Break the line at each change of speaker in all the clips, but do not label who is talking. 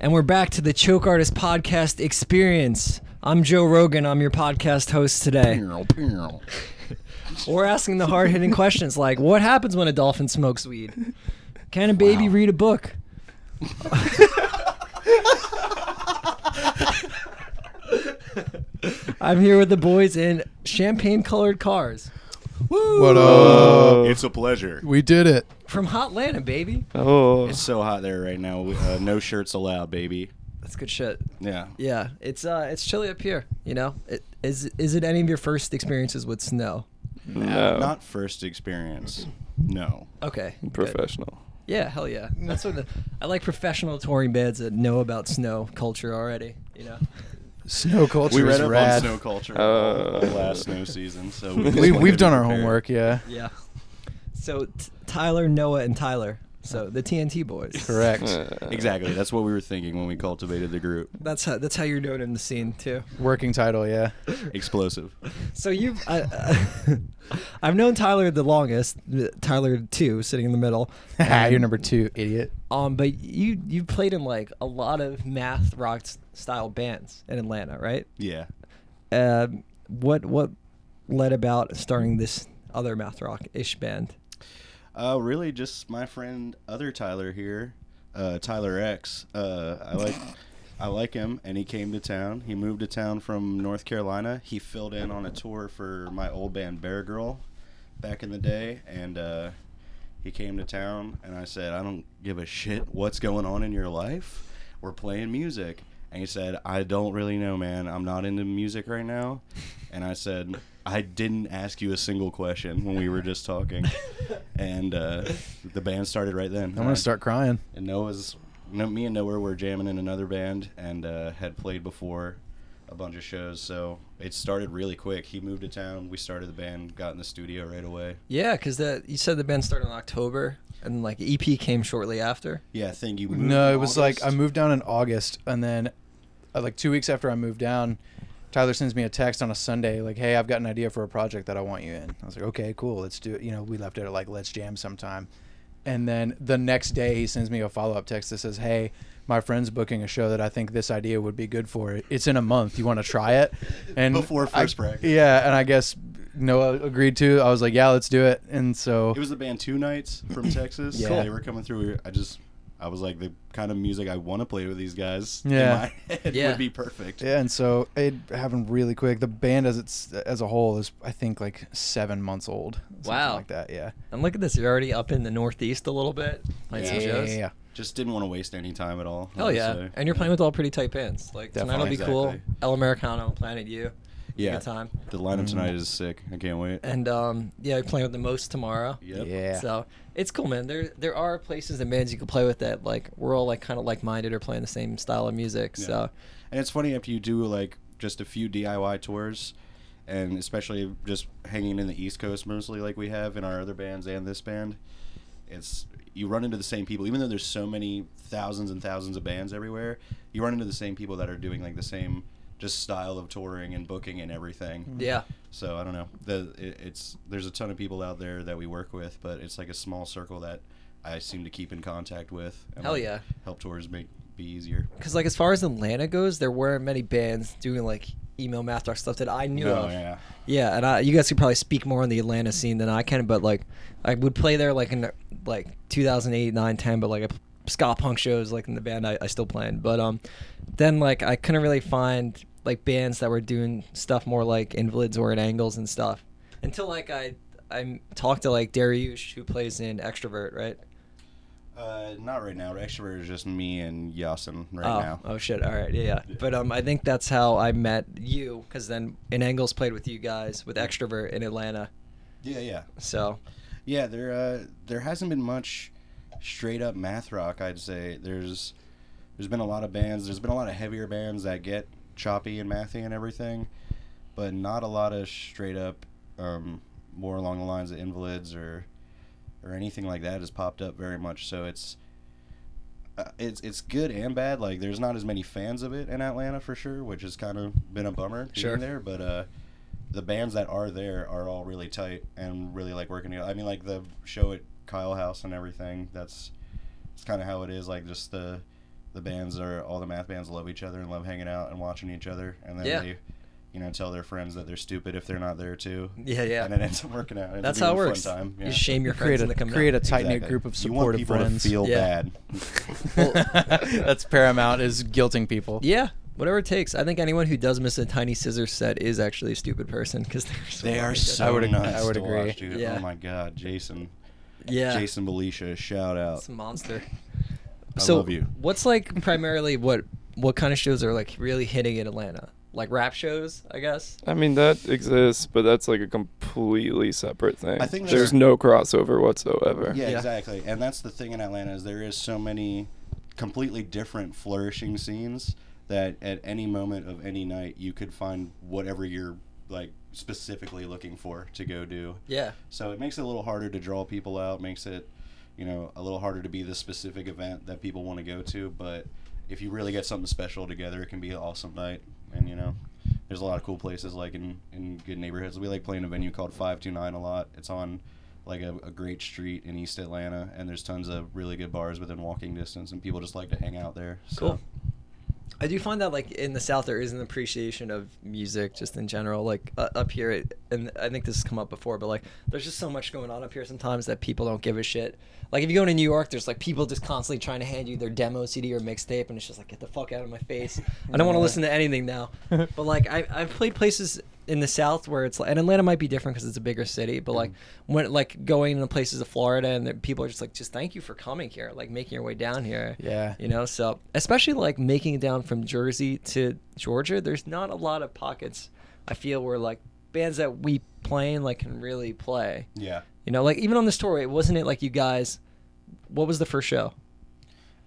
and we're back to the Choke Artist Podcast Experience. I'm Joe Rogan. I'm your podcast host today. We're asking the hard hitting questions like what happens when a dolphin smokes weed? Can a baby read a book? I'm here with the boys in champagne colored cars
What up?
It's a pleasure.
uh, We did it.
from Hot Hotlanta, baby.
Oh,
It's so hot there right now. We- Uh, no shirts allowed, baby.
That's good shit.
Yeah.
Yeah, it's uh, it's chilly up here. You know, it, is is it any of your first experiences with snow?
no.
Not first experience. No.
Okay, good.
professional.
Yeah, hell yeah. That's what the, I like. Professional touring bands that know about snow culture already. You know,
Snow culture
We read
is
up
rad.
on snow culture
Uh,
all last snow season, so we
we,
just wanted
we've
to
done our
prepare.
homework, yeah.
yeah. So t- Tyler, Noah, and Tyler. So the TNT boys.
Correct.
Uh,
Exactly. That's what we were thinking when we cultivated the group.
That's how that's how you're known in the scene too.
Working title, yeah.
Explosive.
So you've I, I've known Tyler the longest. Tyler two sitting in the middle.
You're number two, idiot.
Um, but you you played in like a lot of math rock s- style bands in Atlanta, right?
Yeah.
Um, what what led about starting this other math rock ish band?
Uh, really, just my friend, other Tyler here, uh, Tyler X. Uh, I like, I like him, and he came to town. He moved to town from North Carolina. He filled in on a tour for my old band Bear Girl, back in the day, and uh, he came to town. And I said, I don't give a shit what's going on in your life. We're playing music. And he said, I don't really know, man. I'm not into music right now. And I said, I didn't ask you a single question when we were just talking and uh, the band started right then.
I'm gonna start crying.
And Noah's, no, me and Noah were jamming in another band and uh, had played before a bunch of shows, so it started really quick. He moved to town. We started the band, got in the studio right away.
Yeah, because that you said the band started in October and like EP came shortly after.
Yeah, I think you. Moved
No,
in
it was like I
August?
moved down in August, and then uh, like two weeks after I moved down, Tyler sends me a text on a Sunday like, "Hey, I've got an idea for a project that I want you in." I was like, "Okay, cool, let's do it." You know, we left it at like, "Let's jam sometime," and then the next day he sends me a follow up text that says, "Hey." My friend's booking a show that I think this idea would be good for. It's in a month. You want to try it? And
Before
I-
first practice.
Yeah, and I guess Noah agreed to. I was like, "Yeah, let's do it." And so
It was the band Two Nights from Texas.
Yeah.
they were coming through. We were- I just. I was like the kind of music I want to play with these guys.
Yeah.
in my head
Yeah.
would be perfect.
Yeah, and so it happened really quick. The band as it's as a whole is I think like seven months old. something
Wow.
like that. Yeah.
And look at this, you're already up in the Northeast a little bit playing
yeah,
some shows.
yeah, yeah.
Just didn't want to waste any time at all.
Hell Oh, yeah!
honestly.
And you're playing with all pretty tight bands. Like tonight will be
Definitely.
cool.
Exactly.
El Americano, Planet U.
Yeah.
Good time.
The lineup
Mm.
tonight is sick. I can't wait.
And um, yeah, you're playing with the most tomorrow.
Yep.
Yeah.
So it's cool, man. There there are places and bands you can play with that like we're all like kind of like minded or playing the same style of music.
Yeah.
So
And it's funny after you do like just a few DIY tours, and especially just hanging in the East Coast mostly, like we have in our other bands and this band, it's you run into the same people. Even though there's so many thousands and thousands of bands everywhere, you run into the same people that are doing like the same just style of touring and booking and everything.
yeah,
So I don't know. The it, it's there's a ton of people out there that we work with, but it's like a small circle that I seem to keep in contact with. And
Hell
like,
yeah.
help tours make be easier.
because like as far as Atlanta goes, there weren't many bands doing like email math doc stuff that I knew
Oh
of.
yeah.
Yeah, and I, you guys could probably speak more on the Atlanta scene than I can, but like I would play there like in like 2008, 9, 10, but like I, p- ska punk shows like in the band I, I still play in. But um, then like I couldn't really find like bands that were doing stuff more like invalids or in angles and stuff until like I I talked to like Dariush who plays in Extrovert, right?
Uh, not right now. Extrovert is just me and Yasin right
oh,
now.
oh shit! All right, yeah, yeah. But um, I think that's how I met you because then in angles played with you guys with Extrovert in Atlanta,
Yeah, yeah,
so.
yeah. There, uh, there hasn't been much straight up math rock. I'd say there's there's been a lot of bands. There's been a lot of heavier bands that get choppy and mathy and everything, but not a lot of straight up um, more along the lines of invalids or or anything like that has popped up very much. So it's uh, it's it's good and bad. Like there's not as many fans of it in Atlanta for sure, which has kind of been a bummer being
Sure.
there. But uh, the bands that are there are all really tight and really like working together. I mean, like the show at Kyle House and everything. That's it's kind of how it is. Like just the the bands are all the math bands love each other and love hanging out and watching each other, and then
Yeah.
they, you know, tell their friends that they're stupid if they're not there too.
Yeah, yeah.
And it ends up working out. Ends up
That's how it
being a
works.
Fun time.
You shame your friends
create
into
a
coming
create a
out.
tight knit
Exactly.
group of
You want
supportive
people
friends.
to feel
Yeah.
bad.
That's paramount is guilting people.
Yeah, whatever it takes. I think anyone who does miss a tiny scissors set is actually a stupid person because they're so
They are
good.
so
I would ag-
nuts
I would
to
agree.
watch, dude.
Yeah.
Oh my god, Jason,
yeah,
Jason Belisha, shout out.
it's a monster.
I
so
love you.
what's like primarily what what kind of shows are like really hitting in Atlanta? Like rap shows, I guess.
I mean that exists, but that's like a completely separate thing.
I think that's-
there's no crossover whatsoever.
Yeah,
Yeah.
exactly. And that's the thing in Atlanta is there is so many completely different flourishing scenes that at any moment of any night you could find whatever you're like specifically looking for to go do.
Yeah,
So it makes it a little harder to draw people out, makes it, you know, a little harder to be the specific event that people want to go to, but if you really get something special together, it can be an awesome night. And you know, there's a lot of cool places like in in good neighborhoods. We like playing a venue called 529 a lot. It's on like a, a great street in East Atlanta, and there's tons of really good bars within walking distance, and people just like to hang out there. So.
Cool. I do find that like in the South there is an appreciation of music just in general. Like uh, up here, it, and I think this has come up before, but like there's just so much going on up here sometimes that people don't give a shit. Like if you go to New York, there's like people just constantly trying to hand you their demo CD or mixtape, and it's just like get the fuck out of my face. I don't want to
Yeah.
listen to anything now. but like I I've played places in the South where it's like, and Atlanta might be different because it's a bigger city,
Mm.
but like when like going to places of Florida and the people are just like just thank you for coming here, like making your way down here.
Yeah.
You know, so especially like making it down from Jersey to Georgia, there's not a lot of pockets I feel where like bands that we play in like can really play.
Yeah.
You know, like even on this tour, it wasn't it like you guys what was the first show?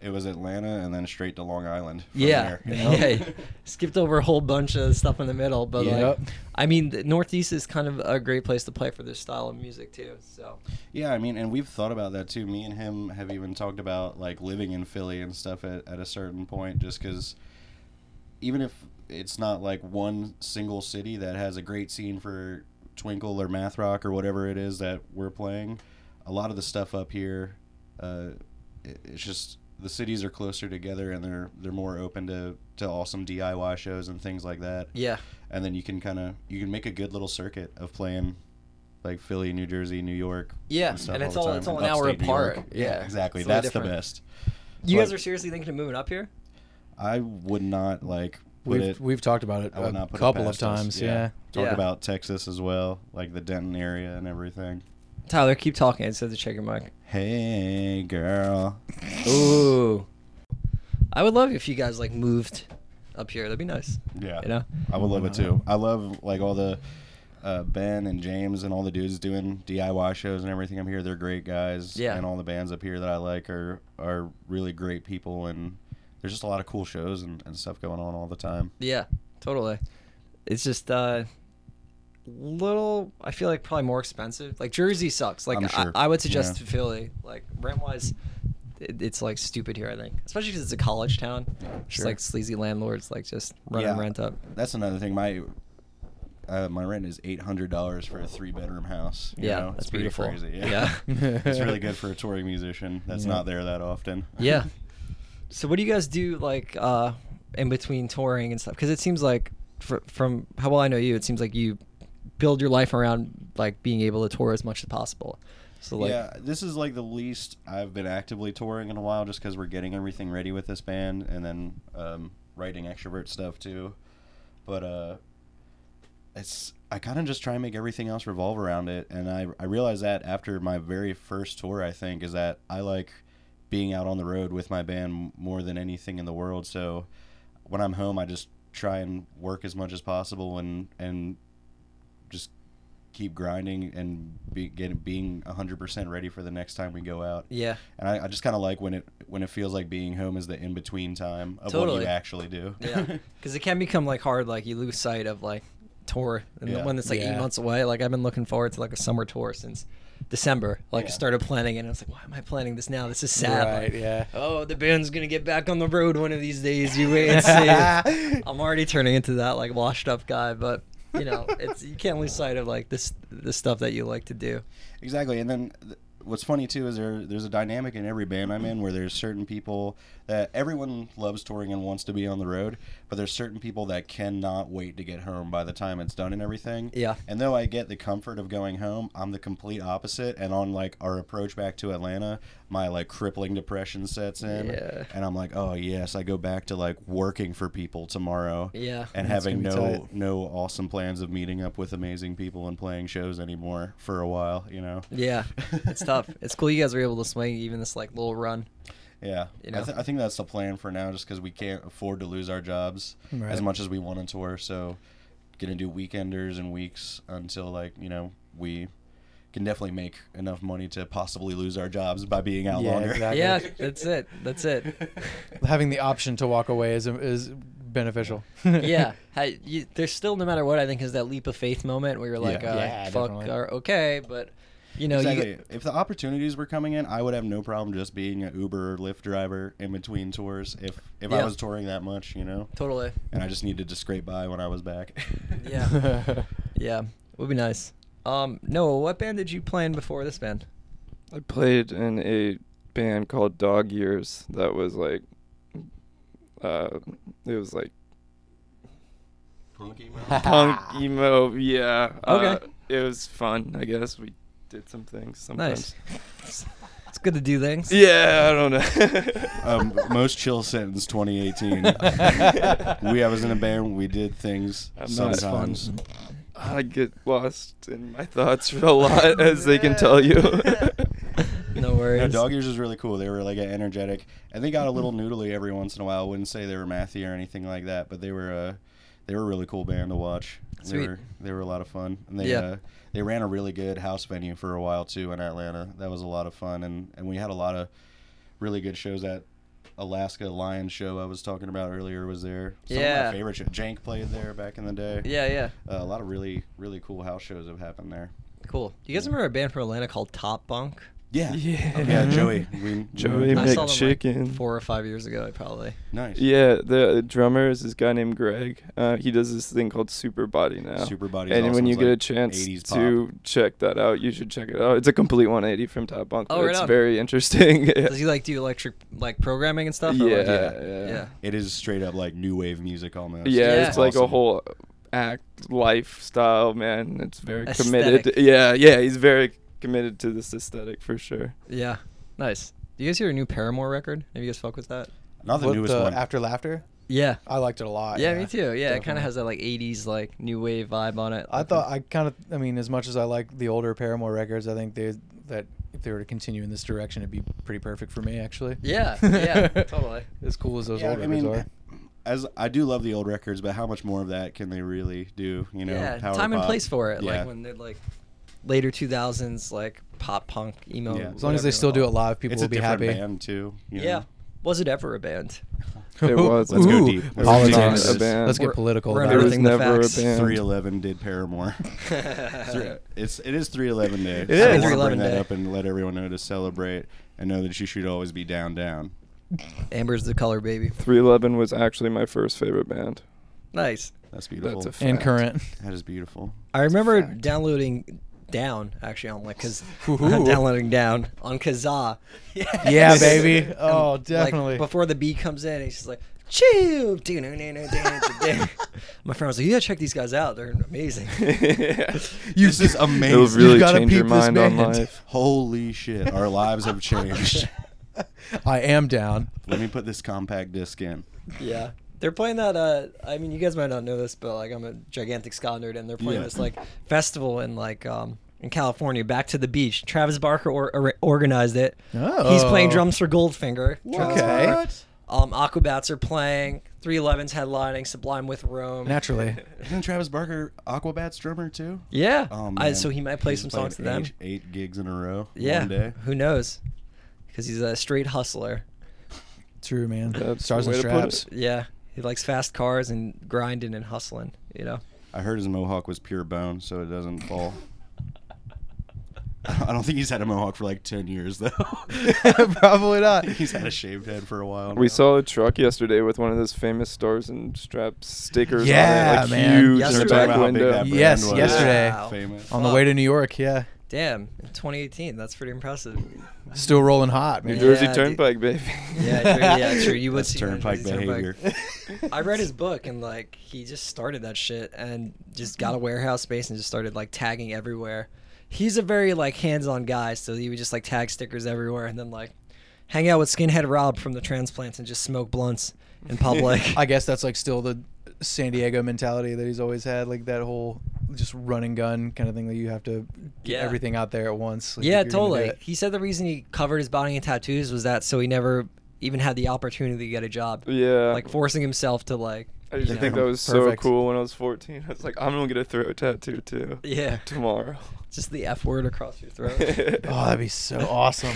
It was Atlanta and then straight to Long Island. from
yeah.
there, you know?
yeah. Skipped over a whole bunch of stuff in the middle, but
Yep.
like I mean, the Northeast is kind of a great place to play for this style of music too. So,
Yeah, I mean, and we've thought about that too. Me and him have even talked about like living in Philly and stuff at, at a certain point, just because even if it's not like one single city that has a great scene for Twinkle or math rock or whatever it is that we're playing, a lot of the stuff up here, uh, it, it's just the cities are closer together and they're they're more open to to awesome DIY shows and things like that
yeah.
and then you can kind of you can make a good little circuit of playing like Philly, New Jersey, New York.
Yeah,
stuff
and it's
the
all-
time,
it's all
and
an hour
upstate New
apart.
York.
Yeah,
Yeah, exactly.
it's really
That's
different.
the best.
You
But-
guys are seriously thinking of moving up here?
I would not like put
We've
it.
we've talked about it
I would not
a
put it
couple of
past us.
times.
Yeah.
yeah.
Talk
Yeah.
about Texas as well, like the Denton area and everything.
Tyler, keep talking instead of the chicken mic.
Hey, girl.
Ooh. I would love if you guys like moved up here. That'd be nice.
Yeah.
You know?
I would love it too. I love like all the uh, Ben and James and all the dudes doing DIY shows and everything up here. They're great guys.
Yeah.
And all the bands up here that I like are are really great people and there's just a lot of cool shows and, and stuff going on all the time.
Yeah, totally. It's just uh little I feel like probably more expensive. Like Jersey sucks. Like
I'm sure.
I, I would suggest
Yeah.
Philly. Like rent wise it, it's like stupid here, I think. Especially because it's a college town. Just
Sure.
like sleazy landlords like just running
Yeah.
rent up.
That's another thing. My uh, my rent is eight hundred dollars for a three bedroom house. you
Yeah,
know?
that's
It's pretty
beautiful.
Crazy.
Yeah.
it's really good for a touring musician that's
Yeah.
not there that often.
Yeah. So what do you guys do like uh in between touring and stuff? Because it seems like fr from how well I know you, it seems like you build your life around like being able to tour as much as possible. So like
yeah, this is like the least I've been actively touring in a while, just because we're getting everything ready with this band, and then um, writing extrovert stuff too. But uh, it's I kind of just try and make everything else revolve around it, and I I realized that after my very first tour, I think is that I like being out on the road with my band more than anything in the world. So when I'm home, I just try and work as much as possible and and just keep grinding and be, getting being 100% ready for the next time we go out.
yeah.
And I, I just kind of like when it when it feels like being home is the in between time of what
Totally.
you actually do.
Yeah, because it can become like hard. Like you lose sight of like tour, and
Yeah.
when it's like eight
Yeah.
months away. Like I've been looking forward to like a summer tour since December. Like I
Yeah.
started planning, it, and I was like, why am I planning this now? This is sad.
Right,
Like,
yeah.
Oh, the band's gonna get back on the road one of these days. You wait and see. I'm already turning into that like washed up guy, but you know, it's you can't lose sight of like this the stuff that you like to do.
Exactly. And then th- what's funny too is there there's a dynamic in every band I'm in where there's certain people that everyone loves touring and wants to be on the road, but there's certain people that cannot wait to get home by the time it's done and everything.
Yeah.
And though I get the comfort of going home, I'm the complete opposite. And on like our approach back to Atlanta, my like crippling depression sets in,
Yeah.
and I'm like, oh yes, I go back to like working for people tomorrow
Yeah.
and
That's
having
gonna
no
be
no awesome plans of meeting up with amazing people and playing shows anymore for a while, you know.
Yeah, it's tough. It's cool you guys were able to swing even this like little run.
Yeah,
You
I,
know?
th- I think that's the plan for now, just because we can't afford to lose our jobs
Right.
as much as we want to tour. So, gonna do weekenders and weeks until like you know we can definitely make enough money to possibly lose our jobs by being out
Yeah,
longer.
exactly.
Yeah, that's it. That's it.
Having the option to walk away is is beneficial.
Yeah, I, you, there's still no matter what I think is that leap of faith moment where you're like,
Yeah.
uh,
Yeah,
fuck,
definitely.
or okay, but you know, you
Exactly.
get,
if the opportunities were coming in, I would have no problem just being an Uber or Lyft driver in between tours if if I
Yeah.
was touring that much, you know.
totally.
And I just needed to scrape by when I was back.
Yeah, yeah, would be nice. Um, Noah, what band did you play in before this band?
I played in a band called Dog Years that was like, uh, it was like punk emo. Yeah. uh,
Okay.
it was fun. I guess we did some things sometimes.
Nice. It's good to do things.
Yeah. I don't know.
um, most chill sentence 2018. we I was in a band. We did things
I'm not- That's
fun.
sometimes.
I get lost in my thoughts a lot, as they can tell you.
No worries.
No, dog ears was really cool. They were like a energetic, and they got a little noodly every once in a while. I wouldn't say they were mathy or anything like that, but they were uh, they were a really cool band to watch. They
Sweet.
were they were a lot of fun, and they
Yeah.
uh, they ran a really good house venue for a while too in Atlanta. That was a lot of fun, and and we had a lot of really good shows at. Alaska Lion show I was talking about earlier was there. Some
Yeah.
of my favorite show. Jank played there back in the day.
Yeah, yeah,
Uh, a lot of really really cool house shows have happened there.
cool. You guys remember a band from Atlanta called Top Bunk?
Yeah.
Yeah.
Yeah, Joey. We,
Joey
I saw them, like,
McChicken.
Four or five years ago, probably.
Nice.
Yeah, the drummer is this guy named Greg. Uh, he does this thing called Super Body now.
Superbody's
and
awesome.
when you
It's
get
like
a chance
80s pop.
to check that out, you should check it out. It's a complete 180 from Top Bunk.
Oh,
but
right
it's
on.
very interesting. yeah.
Does he like do electric like programming and stuff? or,
yeah,
like-
yeah,
yeah.
It is straight up like new wave music almost.
Yeah,
Yeah.
it's like a
Awesome.
whole act lifestyle, man. It's very committed.
Aesthetic.
Yeah, yeah, he's very committed to this aesthetic for sure.
Yeah. Nice. Do you guys hear a new Paramore record? Have you guys fuck with that?
Not the
What
newest
the
one.
After laughter,
Yeah.
I liked it a lot.
yeah, me too. Yeah, it kind
definitely.
of has that like '80s like new wave vibe on it.
I thought I kind of. I mean, as much as I like the older Paramore records, I think they that if they were to continue in this direction, it'd be pretty perfect for me, actually.
Yeah, yeah, totally.
As cool as those
Yeah,
old
I
records
mean, uh,
are.
as I do love the old records, but how much more of that can they really do? You know,
yeah,
power
time and
pop.
place for it.
Yeah.
Like when they're like later 2000s like pop punk emo.
Yeah.
As long as they
whatever
still do it
called.
live, people
it's
will
a
be
different
happy.
band too. you know?
Yeah. Was it ever a band?
It was.
Let's go deep.
Ooh,
Let's
go deep
politics.
into this.
Let's get
We're-
political.
we're
about
There
it.
was
unearthing the
never a
facts.
band.
311 did Paramore. Three- it's it is 311 day. It
is.
I want to
311
bring
day.
that up and let everyone know to celebrate and know that you should always be down down.
Amber's the color, baby.
311 was actually my first favorite band.
Nice.
That's beautiful.
That's a
and
fact.
current.
that is beautiful.
I remember
fact.
downloading down actually on like cause
Woohoo.
downloading down on Kazaa.
Yeah, baby. Oh,
like,
definitely.
before the beat comes in, he's just like, chill. doo-doo-doo-doo-doo-doo-doo." My friend was like, you gotta check these guys out. They're amazing.
You-
this is amazing.
It'll really
gotta
change your
peep this
mind on
band.
life.
Holy shit! Our lives have changed.
I am down.
Let me put this compact disc in.
yeah. They're playing that. Uh, I mean, you guys might not know this, but like, I'm a gigantic ska nerd, and they're playing
Yeah.
this like festival in like um in California, back to the beach. Travis Barker or, or- organized it. He's playing
Oh.
drums for Goldfinger. Travis
Okay.
Barker. Um, Aquabats are playing. 311's headlining. Sublime with Rome.
Naturally.
Isn't Travis Barker Aquabats drummer too?
yeah.
Oh,
I,
man.
so he might play
He's
some
playing
songs to them.
Eight, eight gigs in a row.
Yeah.
One day.
Who knows? Because he's a straight hustler.
True, man.
That's
Stars
the
and
way to put
straps.
Yeah. He likes fast cars and grinding and hustling, you know?
I heard his mohawk was pure bone, so it doesn't fall. I don't think he's had a mohawk for like ten years though.
Probably not.
he's had a shaved head for a while.
We
now.
saw a truck yesterday with one of those famous stars and straps stickers
Yeah,
on it, like
man.
huge
Yesterday.
in the back
Talking
about how big
window.
that brand
Yes,
was.
yesterday.
Wow.
Famous.
On the way to New York, yeah.
Damn, in 2018, that's pretty impressive.
Still rolling hot,
New
man.
Jersey
Yeah, dude.
Turnpike, baby.
Yeah, true, yeah, true. You would
That's
see that in
turnpike
Jersey
behavior.
I read his book and like he just started that shit and just got a warehouse space and just started like tagging everywhere. He's a very like hands-on guy, so he would just like tag stickers everywhere and then like hang out with skinhead Rob from the transplants and just smoke blunts in public.
I guess that's like still the San Diego mentality that he's always had, like that whole just run and gun kind of thing that you have to get
Yeah.
everything out there at once. like, if
yeah,
you're gonna do
totally.
it.
He said the reason he covered his body in tattoos was that so he never even had the opportunity to get a job.
Yeah.
Like forcing himself to like
I used to
you
think
know,
that was
Perfect.
so cool when I was 14. I was like, I'm gonna get a throat tattoo too.
Yeah.
Tomorrow.
just the F word across your throat.
Oh, that'd be so awesome.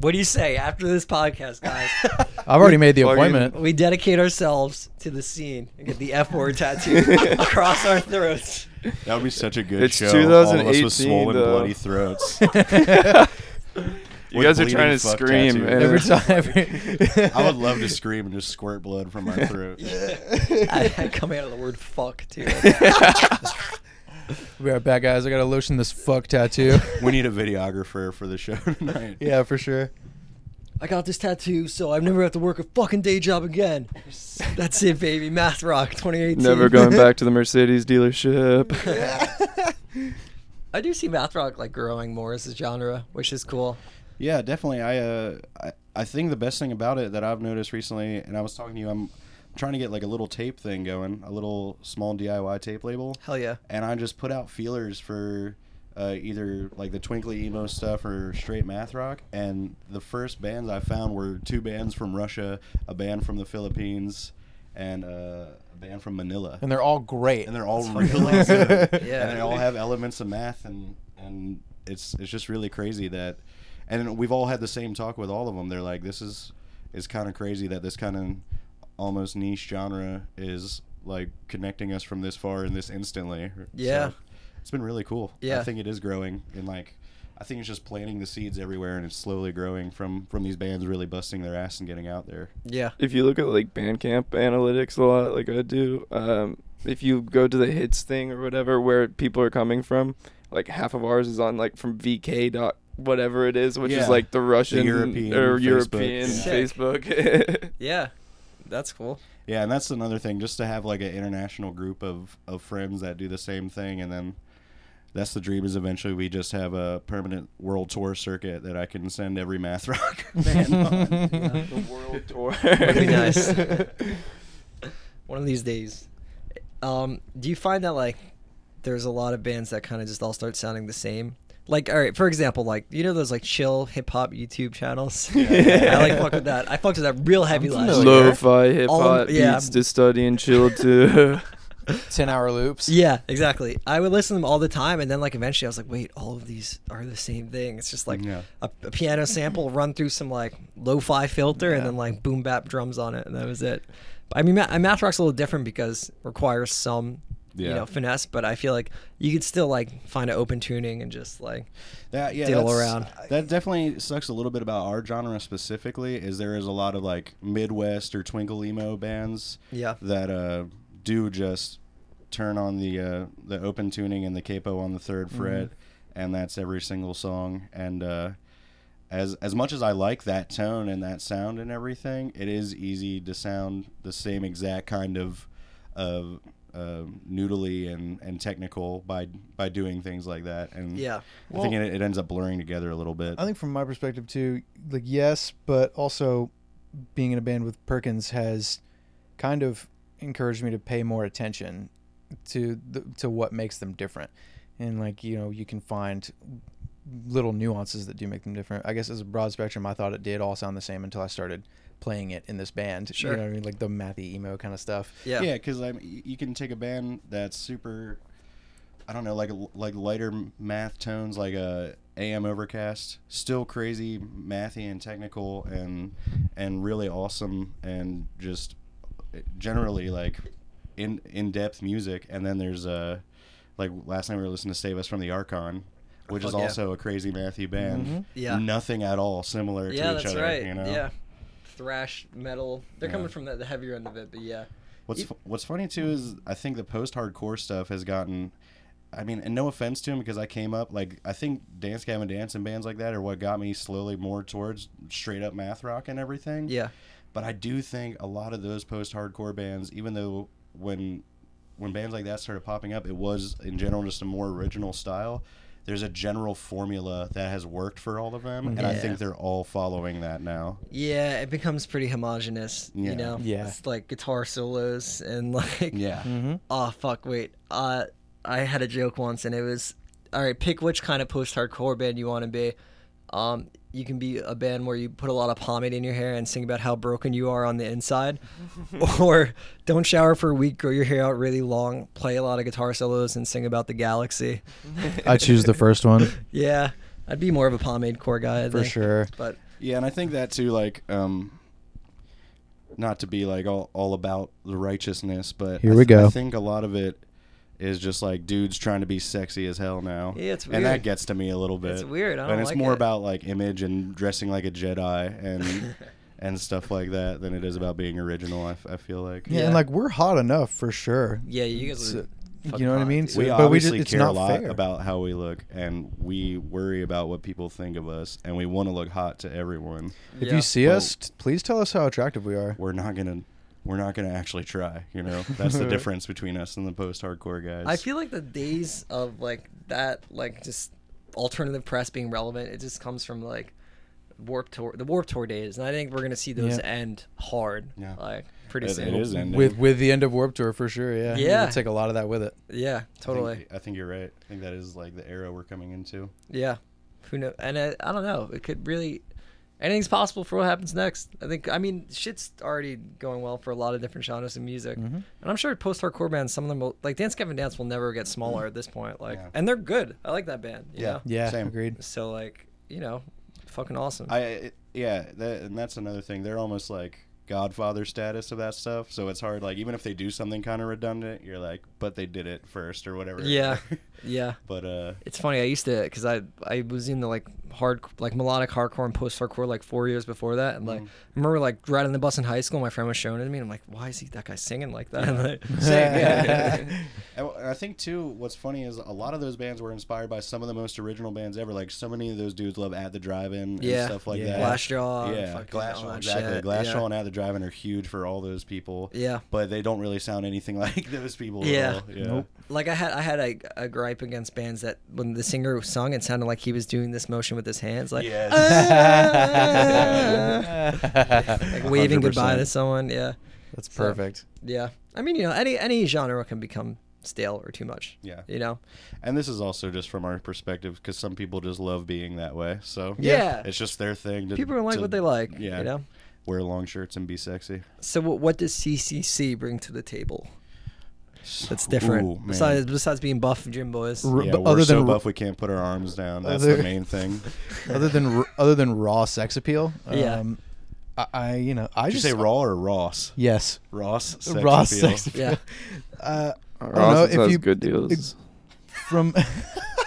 what do you say after this podcast, guys?
I've already made the
Fucking-
appointment.
we dedicate ourselves to the scene and get the F word tattooed across our throats.
That would be such a good
It's
show. All of us with
2018
swollen,
though.
bloody throats.
you guys are
bleeding
trying to
fuck
scream.
tattoos.
man.
Every time. every-
I would love to scream and just squirt blood from my throat.
I, I come out of the word fuck too.
We'll be right back, guys. I got to lotion this fuck tattoo.
We need a videographer for the show tonight.
yeah, for sure.
I got this tattoo, so I've never have to work a fucking day job again. That's it, baby. Math Rock 2018.
Never going back to the Mercedes dealership.
I do see math rock like growing more as a genre, which is cool.
Yeah, definitely. I, uh, I I think the best thing about it that I've noticed recently, and I was talking to you, I'm trying to get like a little tape thing going, a little small DIY tape label,
Hell yeah.
and I just put out feelers for uh, either like the twinkly emo stuff or straight math rock. And the first bands I found were two bands from Russia, a band from the Philippines, and uh, a band from Manila.
And they're all great.
And they're all really good.
Yeah.
and they all have elements of math and and it's it's just really crazy that and we've all had the same talk with all of them they're like this is is kind of crazy that this kind of almost niche genre is like connecting us from this far and this instantly So,
Yeah.
it's been really cool i
Yeah.
think it is growing and like i think it's just planting the seeds everywhere and it's slowly growing from from these bands really busting their ass and getting out there
Yeah.
if you look at like Bandcamp analytics a lot, like I do, um, if you go to the hits thing or whatever, where people are coming from, like half of ours is on like from VK dot whatever it is, which
Yeah.
is like the Russian
European
or
Facebook.
European
Sick.
Facebook.
Yeah. That's cool.
Yeah, and that's another thing, just to have like an international group of, of friends that do the same thing, and then that's the dream is eventually we just have a permanent world tour circuit that I can send every math rock band on.
the world tour.
That'd be nice. One of these days. Um, do you find that like there's a lot of bands that kind of just all start sounding the same? Like, all right, for example, like you know those like chill hip hop YouTube channels. I like fuck with that. I fucked with that real heavy last year.
Lo-fi hip
All
hop
of- yeah.
beats to study and chill to.
10 hour loops.
Yeah, exactly. I would listen to them all the time, and then like eventually I was like, wait, all of these are the same thing. It's just like
Yeah.
a, a piano sample run through some like lo-fi filter, and then like boom bap drums on it, and that was it. But, I mean, ma- math rock's a little different because it requires some. You
Yeah.
know, finesse, but I feel like you could still like find an open tuning and just like,
That yeah,
Diddle
that's- uh,
around.
That definitely sucks a little bit about our genre specifically. Is there is a lot of like Midwest or twinkle emo bands
yeah,
that uh, do just turn on the uh, the open tuning and the capo on the third
Mm-hmm.
fret, and that's every single song. And uh, as as much as I like that tone and that sound and everything, it is easy to sound the same exact kind of of uh, noodly and, and technical by by doing things like that. And
yeah,
I think it, it ends up blurring together a little bit.
I think from my perspective too, like yes, but also being in a band with Perkins has kind of encouraged me to pay more attention to the, to what makes them different, and like you know you can find little nuances that do make them different. I guess as a broad spectrum, I thought it did all sound the same until I started playing it in this band.
Sure.
You know what I mean? Like the mathy emo kind of stuff.
yeah,
Yeah, because I you can take a band that's super, I don't know, like like lighter m- math tones, like uh, a AM Overcast, still crazy, mathy and technical, and and really awesome, and just eh, generally like in in depth music. And then there's uh, like last night we were listening to Save Us from the Archon, which is
Fuck yeah. Mm-hmm.
also a crazy mathy band.
Yeah.
nothing at all similar to
yeah.
each
That's
other.
right.
You know?
Yeah, thrash metal. They're
Yeah.
coming from the, the heavier end of it, but yeah,
What's
It-
fu- what's funny too is I think the post-hardcore stuff has gotten I mean, and no offense to him because I came up like I think dance Gavin dance and bands like that are what got me slowly more towards straight up math rock and everything.
Yeah.
But I do think a lot of those post hardcore bands, even though when when bands like that started popping up, it was in general just a more original style. There's a general formula that has worked for all of them, and I
Yeah.
think they're all following that now.
Yeah, it becomes pretty homogenous,
Yeah.
you know.
Yeah.
It's like guitar solos and like
Yeah.
Mm-hmm.
Oh fuck, wait. Uh I had a joke once and it was all right, pick which kind of post-hardcore band you want to be. Um you can be a band where you put a lot of pomade in your hair and sing about how broken you are on the inside or don't shower for a week grow your hair out really long, play a lot of guitar solos and sing about the galaxy.
I choose the first one
Yeah. I'd be more of a pomade core guy, I
for
think.
sure.
But
Yeah, and I think that too, like, um, not to be like all, all about the righteousness, but
Here
I
we go.
I think a lot of it is just like dudes trying to be sexy as hell now.
Yeah, it's
And that
weird.
gets to me a little bit.
It's weird, I don't
and it's
like
more
it.
about like image and dressing like a Jedi and and stuff like that than it is about being original. I, f- I feel like.
Yeah,
Yeah.
and like we're hot enough for sure.
yeah, you guys
So-
are
you
fucking
know what I
hot,
mean?
dude.
We
but we
obviously
just, it's
care a
not
lot
fair.
about how we look, and we worry about what people think of us, and we want to look hot to everyone.
if
Yeah.
you see
Well-
us, t- please tell us how attractive we are.
we're not gonna we're not gonna actually try you know that's the difference between us and the post-hardcore guys
I feel like the days of like that, like just alternative press being relevant, it just comes from like Warp Tour, the Warp Tour days, and I think we're gonna see those
Yeah.
end hard,
Yeah.
like
it,
pretty
it
soon.
is ending
With with the end of Warp Tour for sure. Yeah,
Yeah.
We'll take a lot of that with it.
Yeah,
I think-
totally.
I think you're right i think that is like the era we're coming into
Yeah, who knows? And I, I don't know. It could really anything's possible for what happens next. I think. I mean, shit's already going well for a lot of different genres of music,
Mm-hmm.
and I'm sure post-hardcore bands, some of them will like Dance Gavin Dance will never get smaller at this point. Like,
Yeah.
and they're good. I like that band. You
Yeah.
Know?
Yeah,
Same.
agreed.
So like, you know, fucking awesome.
i it, yeah that, and that's another thing they're almost like godfather status of that stuff so it's hard like even if they do something kind of redundant you're like but they did it first or whatever
yeah, yeah.
but uh
It's funny. I used to because I I was in the like hard like melodic hardcore and post hardcore like four years before that, and like
Mm.
I remember like riding the bus in high school, my friend was showing it to me, and I'm like, why is he that guy singing like that? Like,
Same, yeah. And wh- and I think too, what's funny is a lot of those bands were inspired by some of the most original bands ever. Like so many of those dudes love At the Drive-In and
Yeah.
stuff like
Yeah.
that.
Glassjaw,
yeah,
fucking all
Glassjaw,
that
exactly.
shit,
Glassjaw
yeah.
and At the Drive-In are huge for all those people.
Yeah.
but they don't really sound anything like those people.
Yeah.
at all. yeah.
Nope.
Like I had I had a, a gripe against bands that when the singer sung, it sounded like he was doing this motion with his hands, like
Yes.
"Ah," like waving
100%.
goodbye to someone. Yeah,
That's perfect.
yeah. I mean, you know, any any genre can become stale or too much.
Yeah.
you know.
And this is also just from our perspective because some people just love being that way. So
Yeah.
it's just their thing. To,
People are like
to-
what they like.
Yeah,
you know.
wear long shirts and be sexy.
So what, what does CCC bring to the table? That's
Ooh,
different.
man.
besides besides being buff gym boys.
R-
Yeah,
but
we're
other
so
than
buff we can't put our arms down. That's
Other-
the main thing.
other than r- other than raw sex appeal,
Yeah.
um, I, I you know I
Did you
just
say Raw or Ross?
yes
Ross. Sex
raw
appeal.
sex appeal.
yeah.
Uh, I don't know
Ross
if
has
you
good deals.
from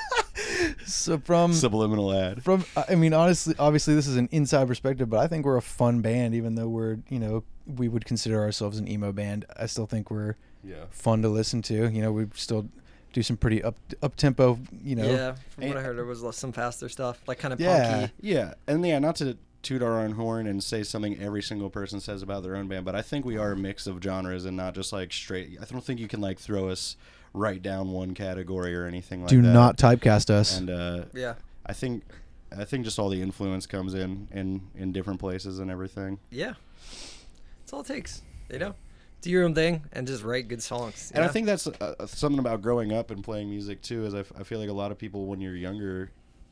so from
Subliminal ad.
from I mean honestly obviously this is an inside perspective but I think we're a fun band even though we're you know we would consider ourselves an emo band I still think we're
Yeah.
fun to listen to you know we still do some pretty up up tempo you know
Yeah. From what I heard, there was some faster stuff, like kind of
Yeah.
punky.
Yeah, and yeah, not to toot our own horn and say something every single person says about their own band, but I think we are a mix of genres and not just like straight. I don't think you can like throw us right down one category or anything like
do
that.
not typecast us
And uh,
Yeah.
I think, I think just all the influence comes in in in different places and everything.
Yeah. That's all it takes. You know, do your own thing and just write good songs. you
And I
know?
think that's uh, something about growing up and playing music too. Is I, f- I feel like a lot of people when you're younger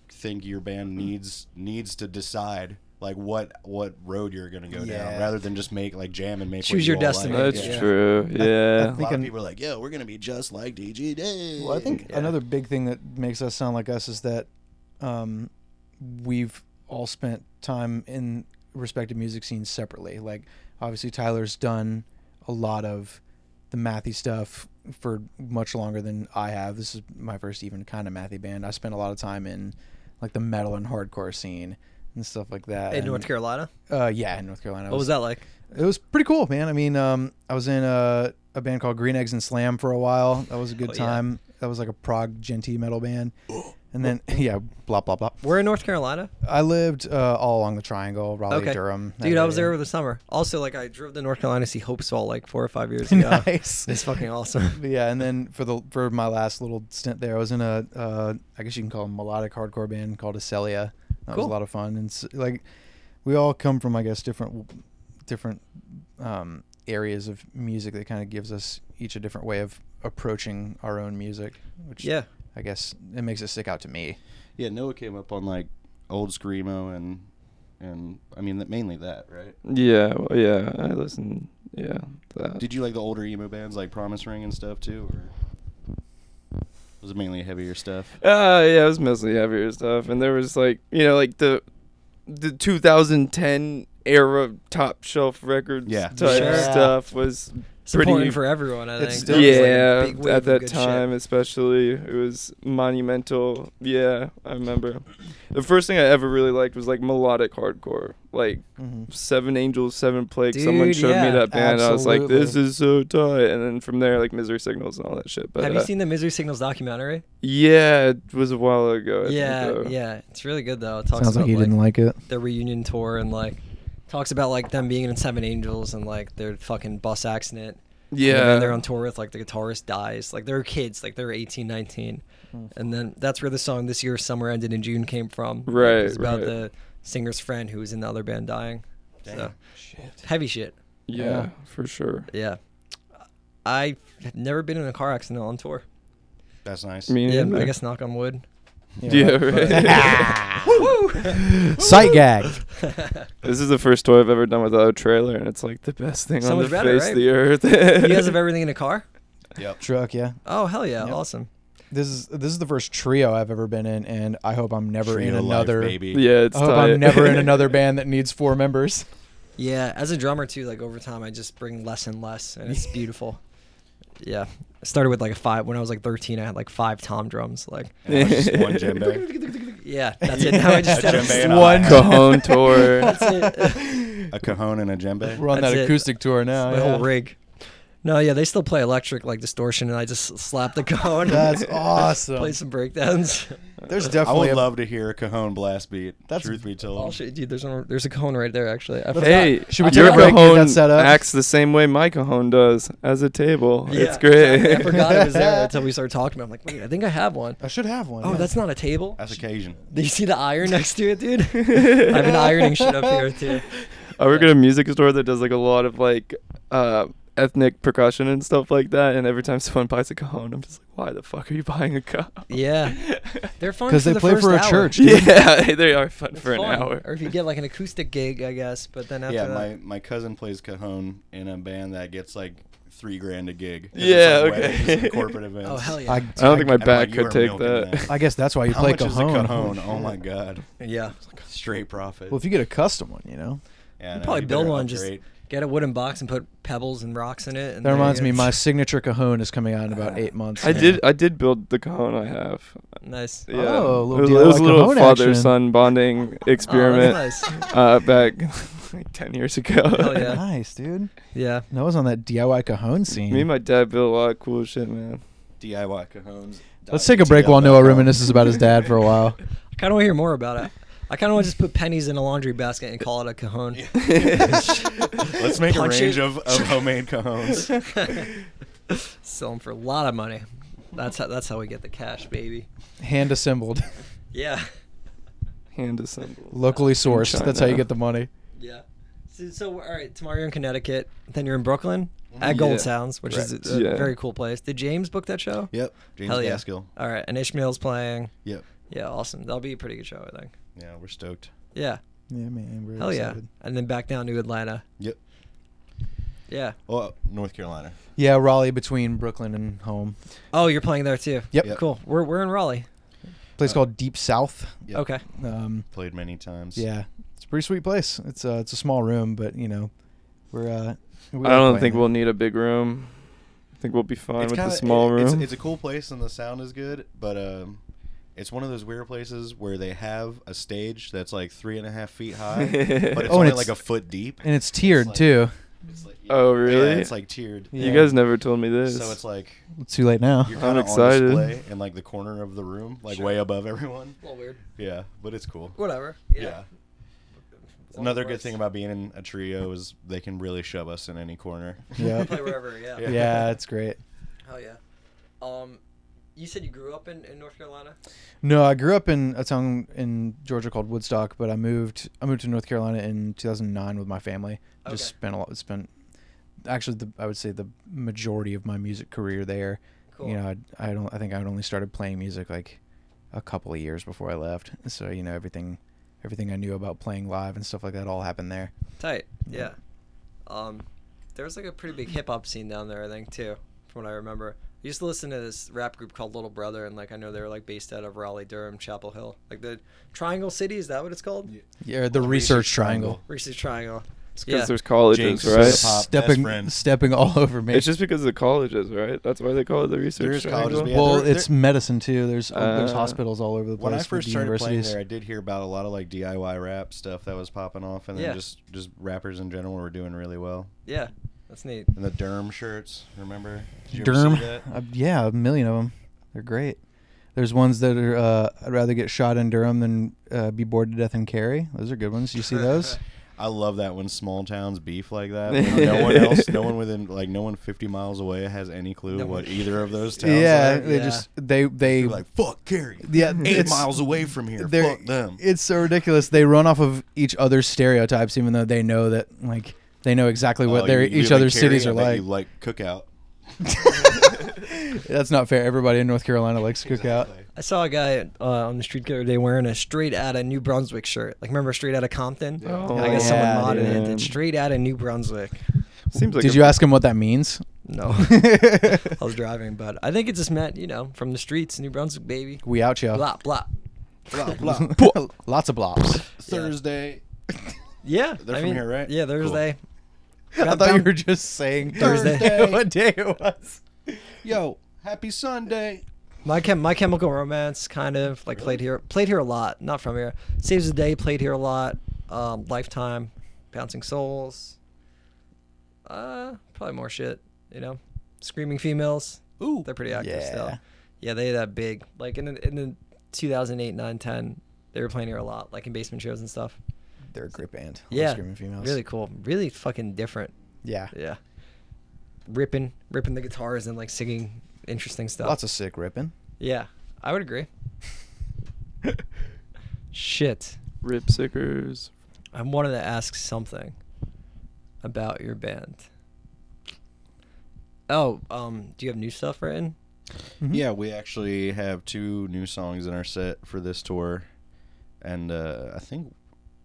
think your band needs needs to decide like what what road you're gonna go
Yeah.
down rather than just make like jam and make. what
Choose
you
your
all like.
destiny.
That's
Yeah.
true.
A
Yeah.
lot of
Thinking-
people are like, "Yo, we're gonna be just like DG Day."
Well, I think
Yeah.
another big thing that makes us sound like us is that um, we've all spent time in respective music scenes separately. Like, obviously, Tyler's done a lot of the mathy stuff for much longer than I have. This is my first even kind of mathy band. I spent a lot of time in like the metal and hardcore scene and stuff like that.
in
And,
North Carolina,
uh, yeah, in North Carolina. I
what was that like?
It was pretty cool, man. I mean, um, I was in a, a band called Green Eggs and Slam for a while. That was a good
Oh, yeah.
time. That was like a prog genty metal band. And then yeah, blah blah blah.
We're in North Carolina.
I lived uh, all along the Triangle, Raleigh,
Okay.
Durham. that
Dude, I was there
area.
over the summer. Also, like I drove to North Carolina to see Hopesville like four or five years ago.
nice.
It's fucking awesome.
But yeah, and then for the for my last little stint there, I was in a uh, I guess you can call it a melodic hardcore band called Acelia. That was
Cool.
a lot of fun, and s like we all come from I guess different different um, areas of music that kind of gives us each a different way of approaching our own music, which
yeah.
I guess it makes it stick out to me.
Yeah, Noah came up on like old screamo and and I mean that mainly that, right?
Yeah, well, yeah, I listen. Yeah, that.
Did you like the older emo bands like Promise Ring and stuff too, or was it mainly heavier stuff?
Uh, yeah, it was mostly heavier stuff, and there was like you know like the the 2010 era top shelf records
Yeah.
type
Sure.
stuff was
Supporting
pretty
for everyone, I
It's
think.
still
That was, like, a
yeah
big wave
at
of
that
good shit.
time especially it was monumental yeah i remember the first thing i ever really liked was like melodic hardcore like
Mhm.
seven angels seven plagues someone
Mm-hmm. Dude,
showed
yeah,
me that band i was like this
absolutely.
is so tight and then from there like misery signals and all that shit but
Have
uh,
you seen the Misery Signals documentary?
yeah it was a while ago I think,
Yeah,
though.
yeah. It's really good though. It talks
Sounds
about
like you didn't like it.
the reunion tour and like talks about like them being in Seven Angels and like their fucking bus accident. And
yeah
then they're on tour with like the guitarist dies. Like they're kids, like they're 18, 19.
Hmm.
And then that's where the song This Year's Summer Ended in June came from. Like,
Right,
It's about
right.
the singer's friend who was in the other band dying. So
Shit.
heavy shit.
yeah,
Yeah.
for sure
Yeah. I've never been in a car accident on tour.
That's nice.
me
Yeah,
neither.
I guess knock on wood.
yeah, right.
Ah, Sight gag.
This is the first toy I've ever done without a trailer, and it's like the best thing
So
on
much
the
better,
face
right?
of the earth.
you guys have everything in a car?
Yep.
Truck, yeah.
Oh, hell yeah.
Yep.
Awesome.
This is this is the first trio I've ever been in, and I hope I'm never in
Trio life,
another.
baby.
yeah, it's
I hope
tight.
I'm never in another band that needs four members.
Yeah, as a drummer too, like over time I just bring less and less and it's beautiful. Yeah. I started with like a five when I was like thirteen I had like five tom drums. Like
And I was just one djembe,
yeah, that's it. Now I just
A
have
djembe
s-
and a hi-hat.
Cajon tour.
that's it.
a cajon and a djembe.
We're on
That's
that
it.
acoustic tour now.
My
yeah.
whole rig. No, yeah, they still play electric like distortion and I just slap the cone.
That's awesome.
play some breakdowns.
There's
I
definitely
would
a,
love to hear a cajon blast beat.
That's-
truth be told.
Oh shit, dude, there's a, there's a cone right there actually. I forgot.
Hey,
Should we
your
take a break, get that
cajon
set up?
acts the same way my cajon does as a table.
Yeah,
it's great.
exactly. I forgot it was there until we started talking about it. I'm like, wait, I think I have one.
I should have one.
Oh,
yeah.
that's not a table?
That's occasion.
Do you see the iron next to it, dude? I've been ironing shit up here too.
I work at a music store that does like a lot of like uh, ethnic percussion and stuff like that. And every time someone buys a cajon, I'm just like, why the fuck are you buying a cajon?
Yeah, they're fun because
because they play for a church. dude.
yeah, they are fun for an hour.
or if you get like an acoustic gig, I guess. But then after
yeah,
that,
my, my cousin plays cajon in a band that gets like three grand a gig. 'Cause it's,
Yeah,
like,
okay.
weddings and corporate events.
oh hell yeah,
I,
I don't think my
I'm like,
back
you
could
are
take
milking
that.
I guess that's why you
How
play
much
cajon.
is a
Holy
cajon?
shit.
Oh my god,
yeah.
straight profit.
Well, if you get a custom one, you know
yeah,
You
no,
probably
you
build
better
one, just
upgrade.
get a wooden box and put pebbles and rocks in it. And
that
there you
reminds
go.
me, my signature cajon is coming out in about eight months.
I did. uh, I did build the cajon I have.
nice.
Yeah.
Oh, a little
it was, it was a
DIY
little
cajon
father-son bonding experiment
Oh, nice.
uh, back like ten years ago.
Hell yeah.
Nice, dude.
Yeah,
Noah's on that DIY cajon scene.
Me and my dad built a lot of cool shit, man.
DIY cajons.
Let's take a break while Noah reminisces about his dad for a while.
I kind of want to hear more about it. I kind of want to just put pennies in a laundry basket and call it a cajon.
Let's make
Punch
a range
it.
of, of homemade cajons.
Sell them for a lot of money. That's how that's how we get the cash, baby.
Hand assembled,
Yeah.
Hand assembled.
locally sourced. That's how you
China.
get the money.
Yeah. So, so all right, tomorrow you're in Connecticut, then you're in Brooklyn at Gold
Yeah.
Sounds, which
Correct.
is a, a
Yeah.
very cool place. Did James book that show?
Yep, James
Hell yeah.
Gaskill.
All right, and Ishmael's playing.
Yep.
Yeah, awesome. That'll be a pretty good show, I think.
Yeah, we're stoked.
Yeah.
Yeah, man. We're
Hell
excited.
yeah. And then back down to Atlanta.
Yep.
Yeah.
Well, North Carolina.
Yeah, Raleigh between Brooklyn and home.
Oh, you're playing there too.
Yep.
Yep.
Cool. We're we're in Raleigh.
Place
Uh,
called Deep South.
Yep.
Okay.
Um,
Played many times.
yeah, it's a pretty sweet place. It's a it's a small room, but you know, we're. Uh, we
I
like
don't
playing
think
there.
we'll need a big room. I think we'll be fine with
kinda-
the small
it-
room.
It's, it's a cool place and the sound is good, but um, it's one of those weird places where they have a stage that's like three and a half feet high, but it's
Oh, and
only
it's-
like a foot deep.
And it's tiered
like-
too.
It's like-
Oh, really?
Yeah, it's like tiered.
you
Yeah.
guys never told me this.
So it's like
It's too late now.
you're kind of on
excited.
display in like the corner of the room, like way above everyone.
A little weird.
Yeah, but it's cool.
Whatever.
Yeah.
Yeah. As long as
Another
it
good
works.
thing about being in a trio is they can really shove us in any corner.
Yeah.
play wherever. Yeah.
Yeah.
Yeah, it's great.
Hell yeah. Um, you said you grew up in, in North Carolina.
No, I grew up in a town in Georgia called Woodstock, but I moved I moved to North Carolina in 2009 with my family. Just
Okay.
spent a lot spent actually the, I would say the majority of my music career there.
Cool.
You know, I'd, I don't I think I had only started playing music like a couple of years before I left. So, you know, everything everything I knew about playing live and stuff like that all happened there.
Tight. Yeah.
Yeah.
Um, there was like a pretty big hip hop scene down there, I think, too, from what I remember. I used to listen to this rap group called Little Brother, and like I know they were like based out of Raleigh, Durham, Chapel Hill, like the Triangle City. Is that what it's called? Yeah.
Yeah, the
Research
research triangle.
Research Triangle.
because
Yeah.
there's colleges,
Jinx.
right?
Hip-hop. best
Stepping
friend.
stepping all over me.
It's just because of the colleges, right? That's why they call it the research.
is colleges,
triangle.
yeah.
well,
they're-
it's medicine too. There's there's
Uh,
hospitals all over the place.
when I
with
first
the
started playing
universities.
there, I did hear about a lot of like DIY rap stuff that was popping off, and then
Yeah.
just just rappers in general were doing really well.
Yeah, that's neat.
And the Derm shirts, remember? Did you ever
Derm.
see that?
Uh, yeah, a million of them. They're great. There's ones that are. Uh, I'd rather get shot in Durham than uh, be bored to death in Cary. Those are good ones. You see those?
I love that when small towns beef like that. when no one else, no one within like no one 50 miles away has any clue
No
what
one-
either of those towns
yeah,
are.
they
Yeah.
just they they
You're like fuck Gary.
Yeah,
eight
it's-
miles away from here.
they're-
Fuck them.
It's so ridiculous. They run off of each other's stereotypes, even though they know that like they know exactly what
Oh,
their
you
each
live in
other's
Cary
cities
and
are
that
like.
You like cookout.
That's not fair. Everybody in North Carolina likes cookout.
I saw a guy uh, on the street the other day wearing a straight out of New Brunswick shirt. Like, remember straight out of Compton?
Oh,
I guess
yeah,
someone modded it.
dude.
Did straight out of New Brunswick.
Seems like
Did
a-
you ask him what that means?
No, I was driving, but I think it just meant you know from the streets, New Brunswick, baby.
we out you.
Blah blah.
Blah, blah.
Lots of blops.
Thursday.
Yeah,
They're from here, right?
Yeah,
Cool.
Thursday.
I thought you were just saying
Thursday.
what day it was.
Yo, happy Sunday.
My chem, my Chemical Romance, kind of like played here, played here a lot. Not from here. Saves the Day played here a lot. Um, Lifetime, Bouncing Souls. Uh, probably more shit. You know, Screaming Females.
Ooh.
they're pretty active
Yeah.
still. Yeah, they that big. Like in the, in the 2008, 9, 10, they were playing here a lot, like in basement shows and stuff.
They're a great band. I love
Yeah,
Screaming Females.
really cool, really fucking different.
Yeah.
Yeah, ripping, ripping the guitars and like singing interesting stuff.
Lots of sick ripping.
Yeah, I would agree. Shit.
Rip Sickers.
I wanted to ask something about your band. Oh, um, do you have new stuff written? Mm-hmm.
Yeah, we actually have two new songs in our set for this tour, and uh, I think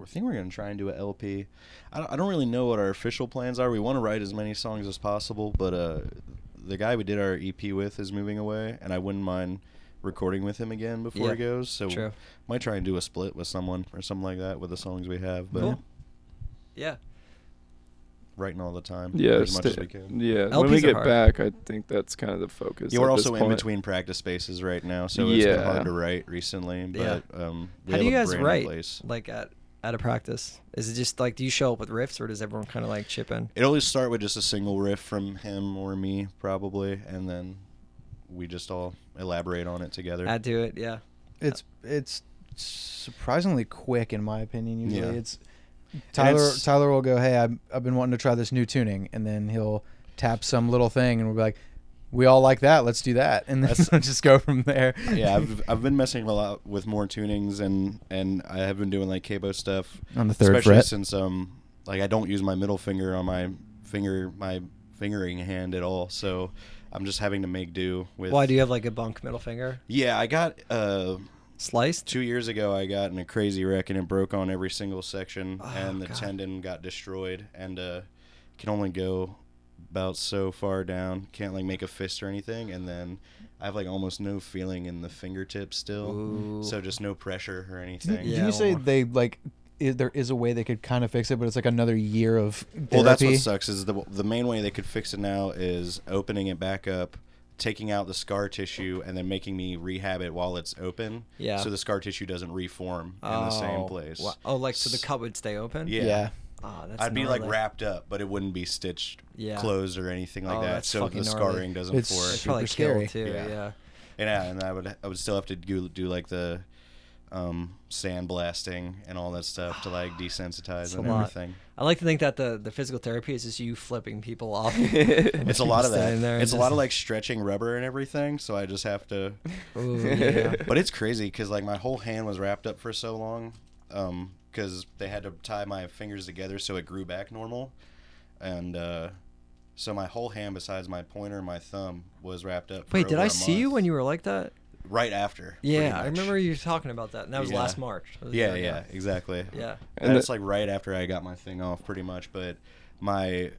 I think we're gonna try and do a LP. I don't, I don't really know what our official plans are. We want to write as many songs as possible, but uh, the guy we did our EP with is moving away, and I wouldn't mind recording with him again before
Yeah,
he goes. So
true.
might try and do a split with someone or something like that with the songs we have. But
Cool. Yeah.
writing all the time,
Yeah,
as much
stay-
as we can.
yeah. when
LPs
we
are
get
hard.
back, I think that's kind of the focus.
Yeah, we're
at this
also in
point.
between practice spaces right now, so it's been
Yeah.
hard to write recently.
Yeah.
But um, we
How
have
do you
a
guys
brand new
write?
Place.
Like at at a practice, is it just like do you show up with riffs or does everyone kind of like chip in?
It always start with just a single riff from him or me, probably, and then we just all elaborate on it together.
Add to it, yeah.
It's it's surprisingly quick in my opinion. Usually,
Yeah.
it's Tyler.
it's-
Tyler will go, "Hey, I've, I've been wanting to try this new tuning," and then he'll tap some little thing, and we'll be like, "We all like that. Let's do that," and then
That's-
we'll just go from there.
yeah, I've, I've been messing a lot with more tunings, and and I have been doing like capo stuff
On the third
especially
fret.
Since um, like I don't use my middle finger on my finger, my fingering hand at all, so I'm just having to make do with.
Why do you have like a bunk middle finger
Yeah, I got uh.
sliced?
two years ago i got in a crazy wreck and it broke on every single section
Oh,
and the
God.
tendon got destroyed and uh can only go about so far down can't like make a fist or anything and then i have like almost no feeling in the fingertips still
Ooh.
so just no pressure or anything
Didn't- Did
Yeah,
you say
or-
they like? i there is a way they could kind of fix it, but it's like another year of therapy.
well that's what sucks is the, the main way they could fix it now is opening it back up taking out the scar tissue and then making me rehab it while it's open
Yeah. Oh,
so the scar tissue doesn't reform in the same place
wa- Oh, like so the cut would stay open?
Yeah.
yeah.
Ah, that's
I'd be like
gnarly.
wrapped up, but it wouldn't be stitched
Yeah.
closed or anything like
Oh,
that.
that's
So
fucking
the
gnarly.
scarring doesn't
It's
for
It'd
super
probably
scary.
kill too.
Yeah.
Yeah.
And yeah, and I would I would still have to do do like the um sandblasting and all that stuff to like desensitize
It's a
and
lot.
everything.
I like to think that the the physical therapy is just you flipping people off.
It's a lot of that.
Standing there and
It's a lot
just-
of like stretching rubber and everything, so I just have to
Ooh, yeah.
But it's crazy because like my whole hand was wrapped up for so long, um, because they had to tie my fingers together so it grew back normal, and uh, so my whole hand besides my pointer and my thumb was wrapped up. For
Wait, did
over
I
a
see you
month.
when you were like that?
Right after. pretty
Yeah, I
much.
remember you talking about that, and that was
Yeah.
last March. That was
Yeah,
the year
yeah,
ago.
exactly.
yeah.
And
And
that's
the-
like right after I got my thing off, pretty much. But my,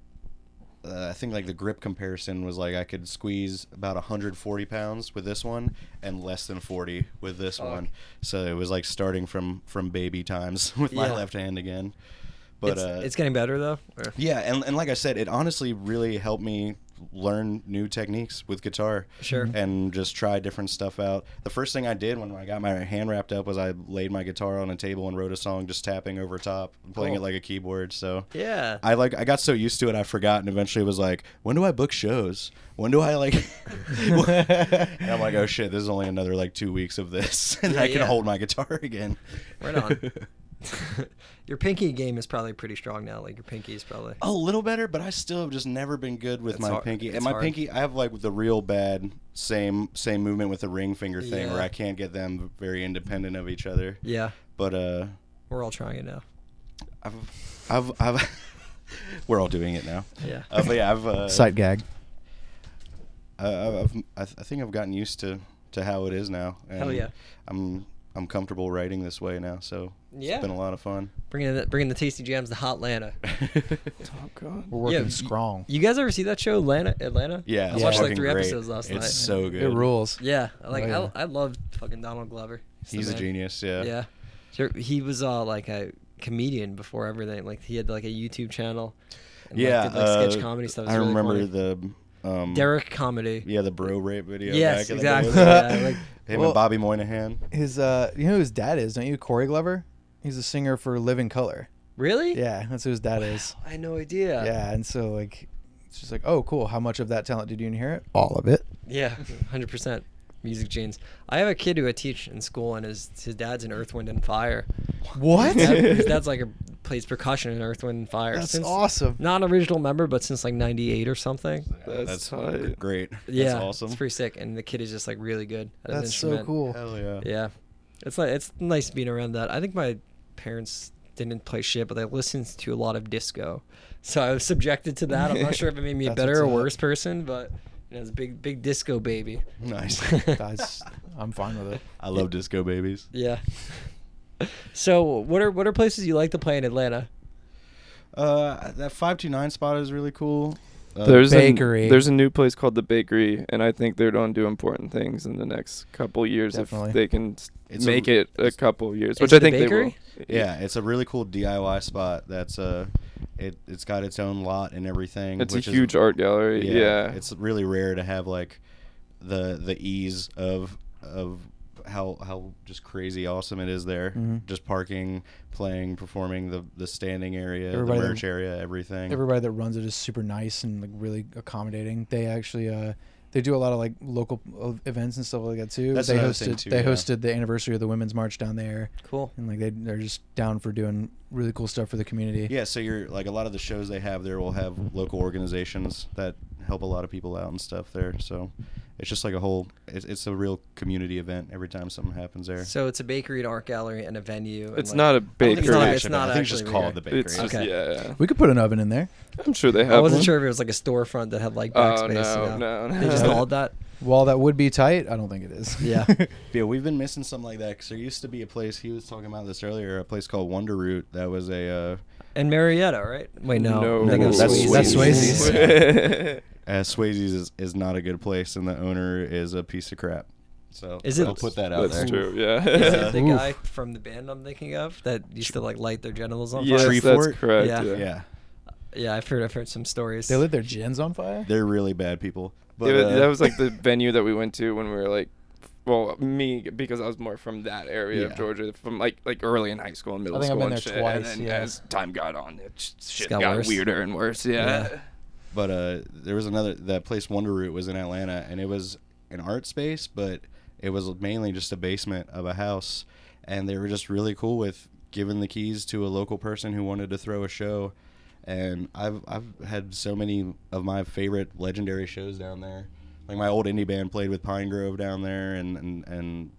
uh, I think like the grip comparison was like I could squeeze about 140 pounds with this one and less than 40 with this one. So it was like starting from from baby times with my
Yeah.
left hand again. But
it's,
uh,
it's getting better though. or-
yeah, and, and like I said, it honestly really helped me learn new techniques with guitar.
Sure.
And just try different stuff out. The first thing I did when I got my hand wrapped up was I laid my guitar on a table and wrote a song just tapping over top, playing
Cool.
it like a keyboard. So
Yeah.
I like I got so used to it I forgot and eventually was like, when do I book shows? When do I like And I'm like, oh shit, this is only another like 2 weeks of this and
Yeah,
I can
yeah.
hold my guitar again.
Right on. your pinky game is probably pretty strong now. Like your pinky is probably.
A little better, but I still have just never been good with
It's
my
hard-
pinky. And
it's
my
hard.
pinky, I have like the real bad same same movement with the ring finger thing, where
Yeah.
I can't get them very independent of each other.
Yeah,
But uh,
we're all trying it now.
I've I've I've we're all doing it now.
Yeah.
Uh, but yeah, I've uh,
Sight gag.
I, I've I, th- I think I've gotten used to to how it is now. And
Hell yeah.
I'm I'm comfortable writing this way now, so
Yeah.
it's been a lot of fun.
Bringing the, bringing the tasty jams to Hot Lanta.
Oh, God.
We're working
y-
strong.
You guys ever see that show Atlanta? Atlanta? I
yeah, it's
Yeah.
watched like
fucking
three
great.
episodes last
it's
night.
so good.
It rules.
Yeah, I like
Oh, yeah.
I, I love fucking Donald Glover. the
He's a
man.
genius. Yeah.
Yeah, Sure, he was uh, like a comedian before everything. Like he had like a YouTube channel. And, like,
yeah,
did, like, sketch
uh,
comedy stuff. It's
I
really
remember
funny.
the um,
Derek comedy.
Yeah, the bro rape video.
Yes,
back in the
exactly,
day.
yeah, like-
him
Well-
and Bobby Moynihan.
His uh, you know who his dad is, don't you? Corey Glover. He's a singer for Living Color.
Really?
Yeah, that's who his dad is.
I had no idea.
Yeah, and so like, it's just like, oh, cool. How much of that talent did you inherit? All of it.
Yeah, hundred percent. Music genes. I have a kid who I teach in school, and his his dad's in Earth, Wind, and Fire.
What?
His, dad- his dad's like a plays percussion in Earth, Wind, and Fire.
That's
Since-
awesome.
Not an original member, but since like '98 or something.
That's tight.
gr- great.
Yeah,
That's awesome.
It's pretty sick, and the kid is just like really good. At an
That's so
instrument.
cool.
Hell yeah.
Yeah, it's like it's nice being around that. I think my parents didn't play shit, but I listened to a lot of disco, so I was subjected to that. I'm not sure if it made me a
That's
better or
what's up.
worse person, but you know, it's a big, big disco baby.
Nice.
That's, I'm fine with it.
I love disco babies.
Yeah. So what are what are places you like to play in Atlanta?
Uh, that five two nine spot is really cool. Uh,
there's
bakery.
A, there's a new place called the Bakery, and I think they're going to do important things in the next couple years
Definitely.
if they can s
It's
make
a-
it a couple years,
It's
which I
the
think
bakery?
they will.
yeah, it's a really cool DIY spot. That's uh, it it's got its own lot and everything.
It's a
which is-
huge art gallery. Yeah,
it's really rare to have like the the ease of of how how just crazy awesome it is there. Just parking, playing, performing the the standing area,
Everybody
the
that-
merch area, everything.
Everybody that runs it is super nice and like really accommodating. They actually uh, they do a lot of like local uh, events and stuff like that too.
That's
they
another
hosted
thing, too,
they
yeah.
hosted the anniversary of the Women's March down there,
Cool.
and like they they're just down for doing really cool stuff for the community.
yeah, so you're like a lot of the shows they have there will have local organizations that help a lot of people out and stuff there. So it's just like a whole it's, it's a real community event every time something happens there.
So it's a bakery, an art gallery, and a venue. and,
It's
like-
not a
think
bakery.
It's not-
Actually,
not
I think it's just
actually
called the
bakery.
bakery.
It's just
Okay.
yeah, yeah.
We could put an oven in there.
I'm sure they have.
I wasn't
one.
sure if it was like a storefront that had like
Oh
backspace.
no,
you know?
no, no.
They just called that.
While that would be tight, I don't think it is.
Yeah.
Yeah, we've been missing something like that 'cause there used to be a place he was talking about this earlier, a place called Wonder Root that was a uh,
And Marietta, right? Wait, no.
No,
I think it was
That's
Swayze.
That's Swayze's.
uh, Swayze's is, is not a good place and the owner is a piece of crap. So
Is it-
I'll put that out
That's
there.
true.
Is
Yeah.
it the
Oof.
guy from the band I'm thinking of that used to like light their genitals on
yes,
fire?
Tree
that's
fort?
correct.
Yeah.
yeah.
Yeah,
Yeah, I've heard I've heard some stories.
They lit their gins on fire.
they're really bad people. But
It was-
uh,
that was like the venue that we went to when we were like well, me because I was more from that area
Yeah.
of Georgia, from like like early in high school and middle
think I've
school
been
and
there
shit.
twice,
and then
yeah.
as time got on, it sh- shit
got
got,
worse.
weirder and worse. Yeah.
Yeah.
But uh, there was another that place Wonder Root was in Atlanta, and it was an art space, but it was mainly just a basement of a house, and they were just really cool with giving the keys to a local person who wanted to throw a show, and I've I've had so many of my favorite legendary shows down there. Like my old indie band played with Pine Grove down there, and and, and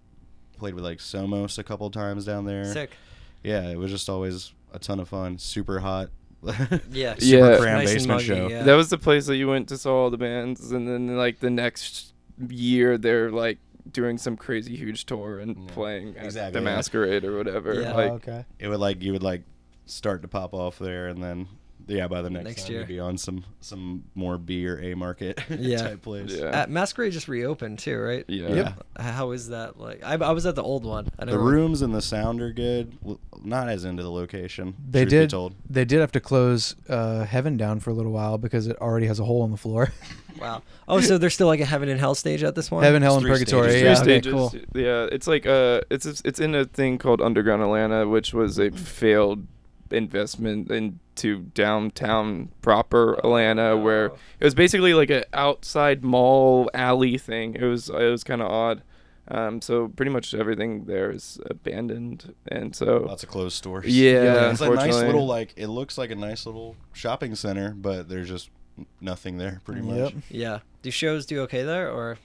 played with like Somos a couple times down there.
Sick.
Yeah, it was just always a ton of fun. Super hot.
Yeah.
Yeah.
cram
Nice and
basement
muggy,
show.
yeah.
That was the place that you went to saw all the bands, and then like the next year they're like doing some crazy huge tour and
Yeah.
playing at
Exactly,
the
yeah.
Masquerade or whatever.
Yeah.
Like,
Oh, okay.
it would like you would like start to pop off there and then yeah by the next,
Next
time
year.
you'd be on some some more b or a market
Yeah.
type place
Yeah.
Uh, Masquerade just reopened too, right?
yeah.
Yep.
How is that like? I, I was at the old one. I
the
don't-
rooms and the sound are good L- not as into the location
They
truth be
did.
told
They did have to close uh, Heaven down for a little while because it already has a hole in the floor.
Wow. Oh, so there's still like a heaven and hell stage at this one.
Heaven, Hell, and
three
Purgatory.
stages.
yeah,
Three
okay,
stages.
cool.
Yeah, it's like uh, it's it's in a thing called Underground Atlanta, which was a failed investment into downtown proper Atlanta, where it was basically like an outside mall alley thing. It was it was kind of odd. Um, so pretty much everything there is abandoned, and so
lots of closed stores
yeah,
it's a nice
unfortunately.
little like it looks like a nice little shopping center but there's just nothing there pretty
Yep.
much
Yeah. Do shows do okay there, or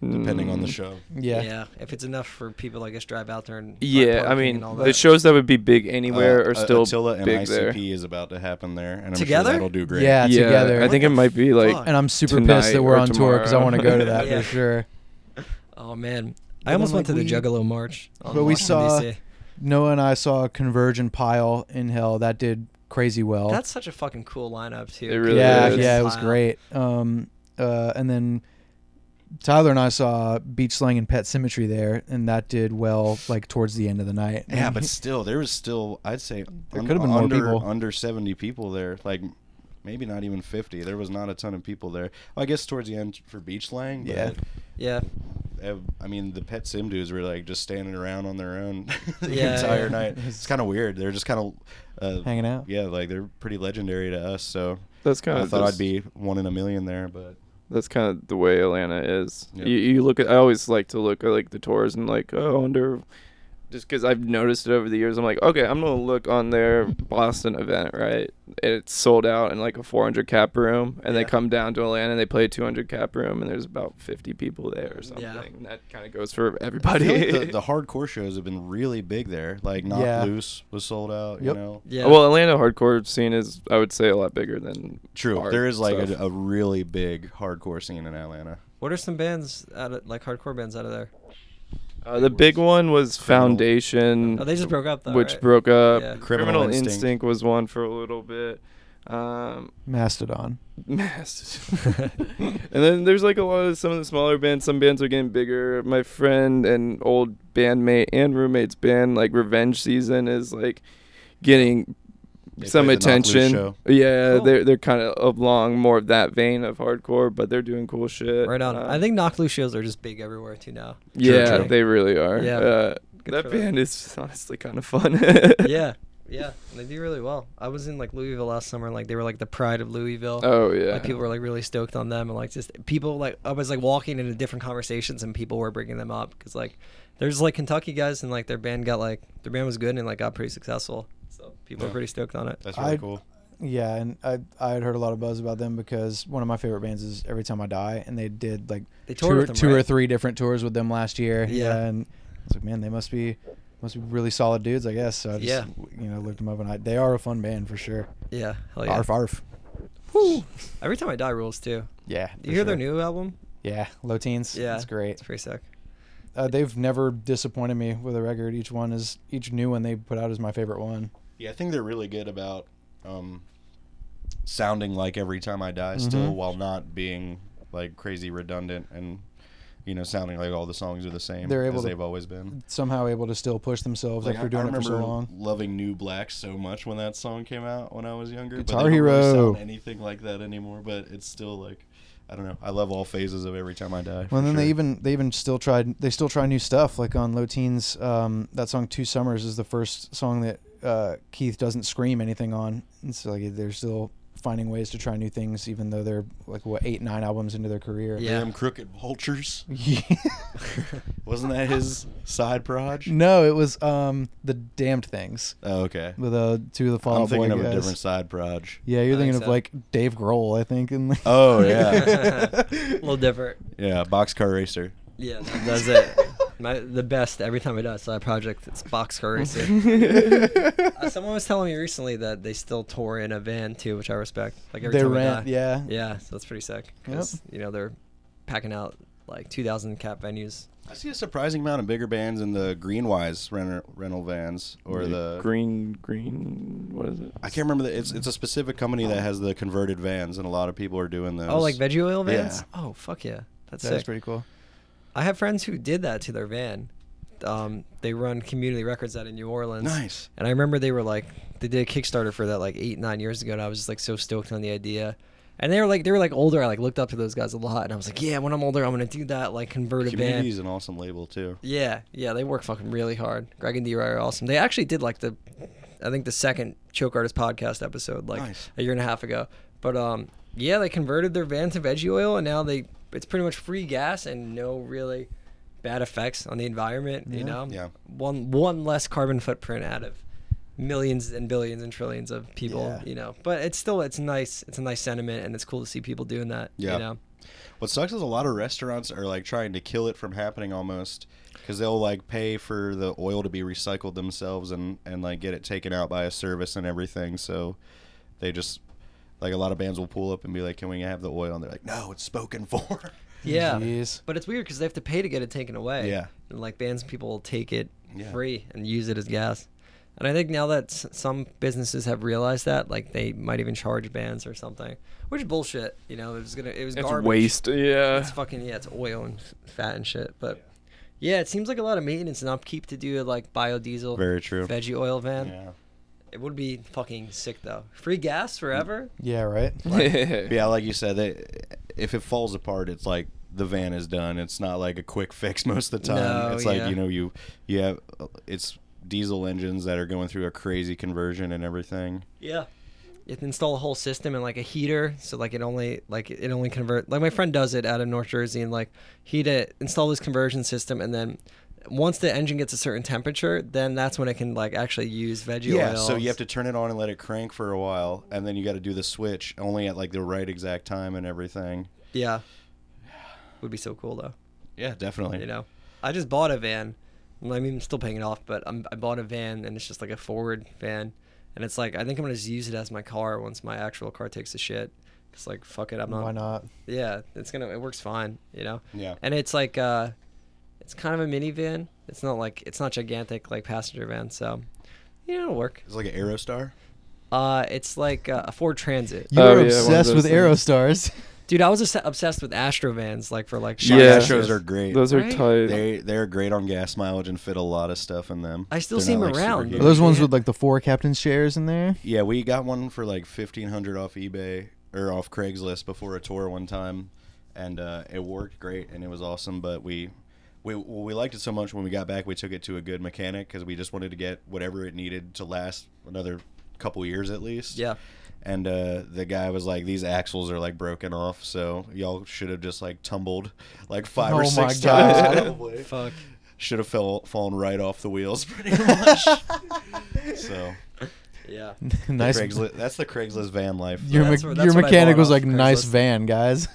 depending on the
Mm.
show
Yeah.
If it's enough for people, I guess drive out there and buy
Yeah, I
parking
mean
and all
the
that.
shows that would be big anywhere
Uh,
are
A-
still
Attila and
big
ICP
there.
is about to happen there and I'm
Together?
sure that'll do great
Yeah.
yeah,
together.
I think it
What the
might be like
fuck?
And I'm super
Tonight
pissed that we're
or
on tour because I
tomorrow.
want to go to that
Yeah.
for sure.
Oh man,
But
I almost
then,
went to
like,
the
we-
Juggalo March. on
but we
Washington,
saw-
DC.
Noah and I saw Converge and Pile in Hell. That did crazy well.
That's such a fucking cool lineup too.
It really
yeah,
is.
yeah, it was
Wow.
great. Um, uh, and then Tyler and I saw Beach Slang and Pet Symmetry there, and that did well like towards the end of the night.
Yeah,
And
but
he-
still, there was still I'd say
Mm-hmm. There
un-
could've been more
under,
people.
Under seventy people there, like maybe not even fifty. There was not a ton of people there. Well, I guess towards the end for beach lang. But
Yeah.
Yeah.
eh, I mean, the pet sim dudes were like just standing around on their own the
Yeah,
entire
yeah.
night. It's kind of weird. They're just kind of uh,
Hanging out.
Yeah, like they're pretty legendary to us. So
that's kind
I
of
thought I'd be one in a million there, but
that's kind of the way Atlanta is.
Yeah.
You, you look at I always like to look at like the tours and like oh, I wonder just because I've noticed it over the years. I'm like okay, I'm gonna look on their Boston event right. And It's sold out in like a 400 cap room, and they
Yeah.
come down to Atlanta and they play a 200 cap room, and there's about 50 people there or something.
Yeah.
And that kind of goes for
I
everybody.
feel like the, the hardcore shows have been really big there. Like not
Yeah.
loose was sold out. You
Yep.
know,
Yeah.
Well, Atlanta hardcore scene is I would say a lot bigger than
true.
art
There is like
stuff.
a, a really big hardcore scene in Atlanta.
what are some bands out of like hardcore bands out of there?
Uh, the big one was
Criminal-
Foundation.
Oh, they just broke up though.
which
right?
broke up.
Yeah.
Criminal,
Criminal
Instinct.
Instinct.
was one for a little bit. Um,
Mastodon.
Mastodon. and then there's like a lot of some of the smaller bands. Some bands are getting bigger. My friend and old bandmate and roommate's band, like Revenge Season, is like getting
They
some
played the Knock Loose
attention.
show.
Yeah,
Cool.
they're they're kind of along more of that vein of hardcore, but they're doing cool shit.
Right on.
Um,
I think Knock Loose shows are just big everywhere too now.
yeah,
true.
they really are.
Yeah,
Uh,
good
that
for them.
band is honestly kind of fun.
yeah, yeah, they do really well. I was in like Louisville last summer, and like they were like the pride of Louisville.
Oh yeah.
Like people were like really stoked on them, and like just people like I was like walking into different conversations, and people were bringing them up because like there's like Kentucky guys, and like their band got like their band was good and like got pretty successful, so people are
Yeah.
pretty stoked on it.
That's really
I-
cool.
Yeah, and I I had heard a lot of buzz about them because one of my favorite bands is Every Time I Die, and they did like
They
two,
toured
or-
with them,
two or
right?
three different tours with them last year.
Yeah.
and I was like, man, they must be must be really solid dudes, I guess. So I just
Yeah.
you know looked them up, and I, they are a fun band for sure.
Yeah, hell Oh, yeah.
Arf arf.
Woo. Every time I die rules too.
Yeah.
You hear their new album?
Yeah, low teens.
Yeah,
it's great.
It's pretty sick.
Uh, they've never disappointed me with a record. Each one is each new one they put out is my favorite one.
Yeah, I think they're really good about um, sounding like every time I die still
Mhm.
while not being like crazy redundant and you know sounding like all the songs are the same
They're able
as
to-
they've always been.
Somehow able to still push themselves
Like,
after doing
I
it for
remember
so long.
loving New Black so much when that song came out when I was younger.
Guitar
but they don't really
Hero.
sound anything like that anymore, but it's still like I don't know. I love all phases of every time I die. for
Well, then they
sure.
even they even still tried they still try new stuff like on Low Teens. Um, that song Two Summers is the first song that uh, Keith doesn't scream anything on. And so like they're still finding ways to try new things, even though they're like what eight nine albums into their career.
Yeah.
Damn crooked vultures. Wasn't that his side proj?
no, it was um, the Damned Things
Oh, okay.
with uh, two of the Fall
I'm
Out Boy
thinking of
guys.
a different side proj.
Yeah, you're
I
thinking
think
of
so.
like Dave Grohl, I think. And like
Oh, yeah.
a little different.
yeah, boxcar racer.
Yeah, that- that's it. My, the best every time I do a side project, it's Boxcar Racing. Uh, someone was telling me recently that they still tour in a van too, which I respect. Like every
they
time I
rent,
die.
yeah.
Yeah, so that's pretty sick. 'cause, you know they're packing out like 2,000 cap venues.
I see a surprising amount of bigger bands in the Greenwise rental, rental vans or the.
green green what is it?
I can't remember. The, it's it's a specific company that has the converted vans, and a lot of people are doing those.
Oh, like veggie oil vans?
Yeah.
Oh, fuck yeah, that's
That's
sick.
pretty cool.
I have friends who did that to their van. Um, they run community records out in New Orleans.
Nice.
And I remember they were like, they did a Kickstarter for that like eight, nine years ago, and I was just like so stoked on the idea. And they were like, they were like older. I like looked up to those guys a lot, and I was like, yeah, when I'm older, I'm gonna do that, like convert a van.
Community's an awesome label too.
Yeah, yeah, they work fucking really hard. Greg and D Rye are awesome. They actually did like the, I think the second Choke Artist podcast episode like
Nice.
a year and a half ago. But um, yeah, they converted their van to veggie oil, and now they it's pretty much free gas and no really bad effects on the environment. You know,
Yeah.
one one less carbon footprint out of millions and billions and trillions of people.
Yeah.
You know, but it's still it's nice. It's a nice sentiment, and it's cool to see people doing that.
Yeah.
You know,
What sucks is a lot of restaurants are like trying to kill it from happening almost because they'll like pay for the oil to be recycled themselves and and like get it taken out by a service and everything. So they just like a lot of bands will pull up and be like, "Can we have the oil?" And they're like, "No, it's spoken for."
yeah.
Jeez.
But it's weird because they have to pay to get it taken away.
Yeah.
And like bands, and people will take it
Yeah.
free and use it as gas. And I think now that s- some businesses have realized that, like they might even charge bands or something, which is bullshit. You know, it was gonna, it was
It's
garbage.
waste. Yeah.
It's fucking yeah, it's oil and f- fat and shit. But yeah. it seems like a lot of maintenance and upkeep to do like biodiesel,
Very true.
veggie oil van.
Yeah.
It would be fucking sick though. Free gas forever.
Yeah, right.
Yeah, like you said, they, if it falls apart, it's like the van is done. It's not like a quick fix most of the time.
No,
it's like
yeah.
you know you you have it's diesel engines that are going through a crazy conversion and everything.
Yeah. You have to install a whole system and like a heater, so like it only like it only convert. Like my friend does it out of North Jersey, and like he to install this conversion system, and then once the engine gets a certain temperature, then that's when it can like actually use veggie
Yeah,
oil.
so you have to turn it on and let it crank for a while, and then you got to do the switch only at like the right exact time and everything.
Yeah. Would be so cool though.
Yeah, definitely.
You know, I just bought a van. Well, I mean, I'm still paying it off, but I'm, I bought a van, and it's just like a forward van, and it's like I think I'm gonna just use it as my car once my actual car takes a shit. Cause like fuck it, I'm not.
Why not?
Oh,
Yeah, it's gonna it works fine, you know.
Yeah.
And it's like uh it's kind of a minivan. It's not like it's not gigantic like passenger van, so you know it'll work.
It's like an Aerostar.
Uh it's like uh, a Ford Transit.
You
Oh,
are
yeah, one of
obsessed
those
with
things.
Aerostars.
Dude, I was obs- obsessed with Astro vans like for like
Yeah.
Shotgun shows are great.
Those are
Right?
tight.
they they're great on gas mileage and fit a lot of stuff in them.
I still
They're
see
not,
them
like,
around.
super
Are those
huge.
ones with like the four captain's chairs in there?
Yeah, we got one for like fifteen hundred off eBay or off Craigslist before a tour one time, and uh, it worked great and it was awesome. But we, we well, we liked it so much when we got back, we took it to a good mechanic because we just wanted to get whatever it needed to last another couple years at least.
Yeah.
And uh, the guy was like, "These axles are like broken off, so y'all should have just like tumbled like five or
Oh my
six
God.
times. Probably
Fuck.
should have fell fallen right off the wheels, pretty much." so
Yeah.
nice.
Craigslist, that's the Craigslist van life.
Your,
That's
me-
where- that's
your
what I
mechanic
bought
was
off
like, nice
Craigslist."
van, guys.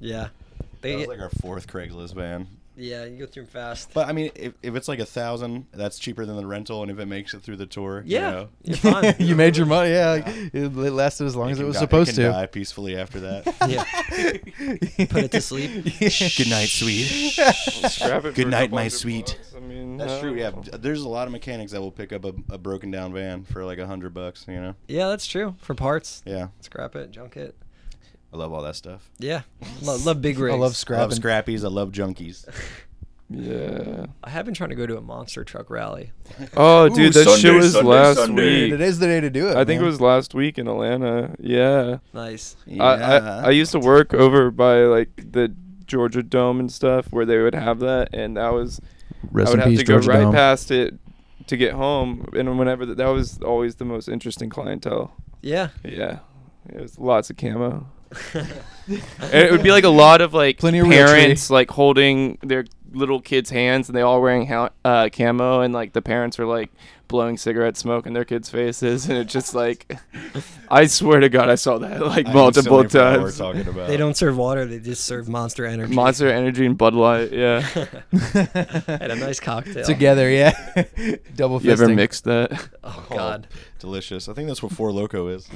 Yeah.
That
They
was like our fourth Craigslist van.
yeah, you go through them fast.
But I mean, if, if it's like a thousand, that's cheaper than the rental, and if it makes it through the tour,
yeah.
you know,
You're fine.
you made your money. Yeah, like, it, it lasted as long as it
can
was
die-
supposed
can
to.
die peacefully after that.
Yeah. Put it to sleep.
Good night, sweet.
Scrap it
Good
for a
night,
couple
my
hundred
sweet.
bucks. I mean,
That's
I
true.
don't
Yeah,
know.
there's a lot of mechanics that will pick up a, a broken down van for like a hundred bucks. You know.
Yeah, that's true. For parts.
Yeah,
Scrap it, junk it.
I love all that stuff.
Yeah. Lo- love big rigs.
I love
I love
scrapping.
scrappies. I love junkies.
Yeah.
I have been trying to go to a monster truck rally.
Oh,
Ooh,
dude, that shit
Sunday,
was
Sunday,
last
Sunday.
week.
It is the day to do it.
I think it
man.
was last week in Atlanta. Yeah.
Nice.
I, I I used to work over by like the Georgia Dome and stuff where they would have that, and that was
Rest
I would
in
have
peace,
to go
Georgia
right
Dome.
past it to get home, and whenever th- that was always the most interesting clientele.
Yeah.
Yeah, it was lots of camo. And it would be like a lot of like
Plenty of real
parents
tree.
like holding their little kids' hands, and they all wearing ha- uh, camo, and like the parents were like blowing cigarette smoke in their kids' faces, and it just like, I swear to God, I saw that like
I
multiple
instantly forgot what
times.
We're talking about.
Oh.
they don't serve water; they just serve Monster Energy.
Monster Energy and Bud Light. Yeah,
Had a nice cocktail.
Together, yeah. Double.
you ever
fisting.
mixed that?
Oh
Oh,
God.
delicious. I think that's what Four Loco is.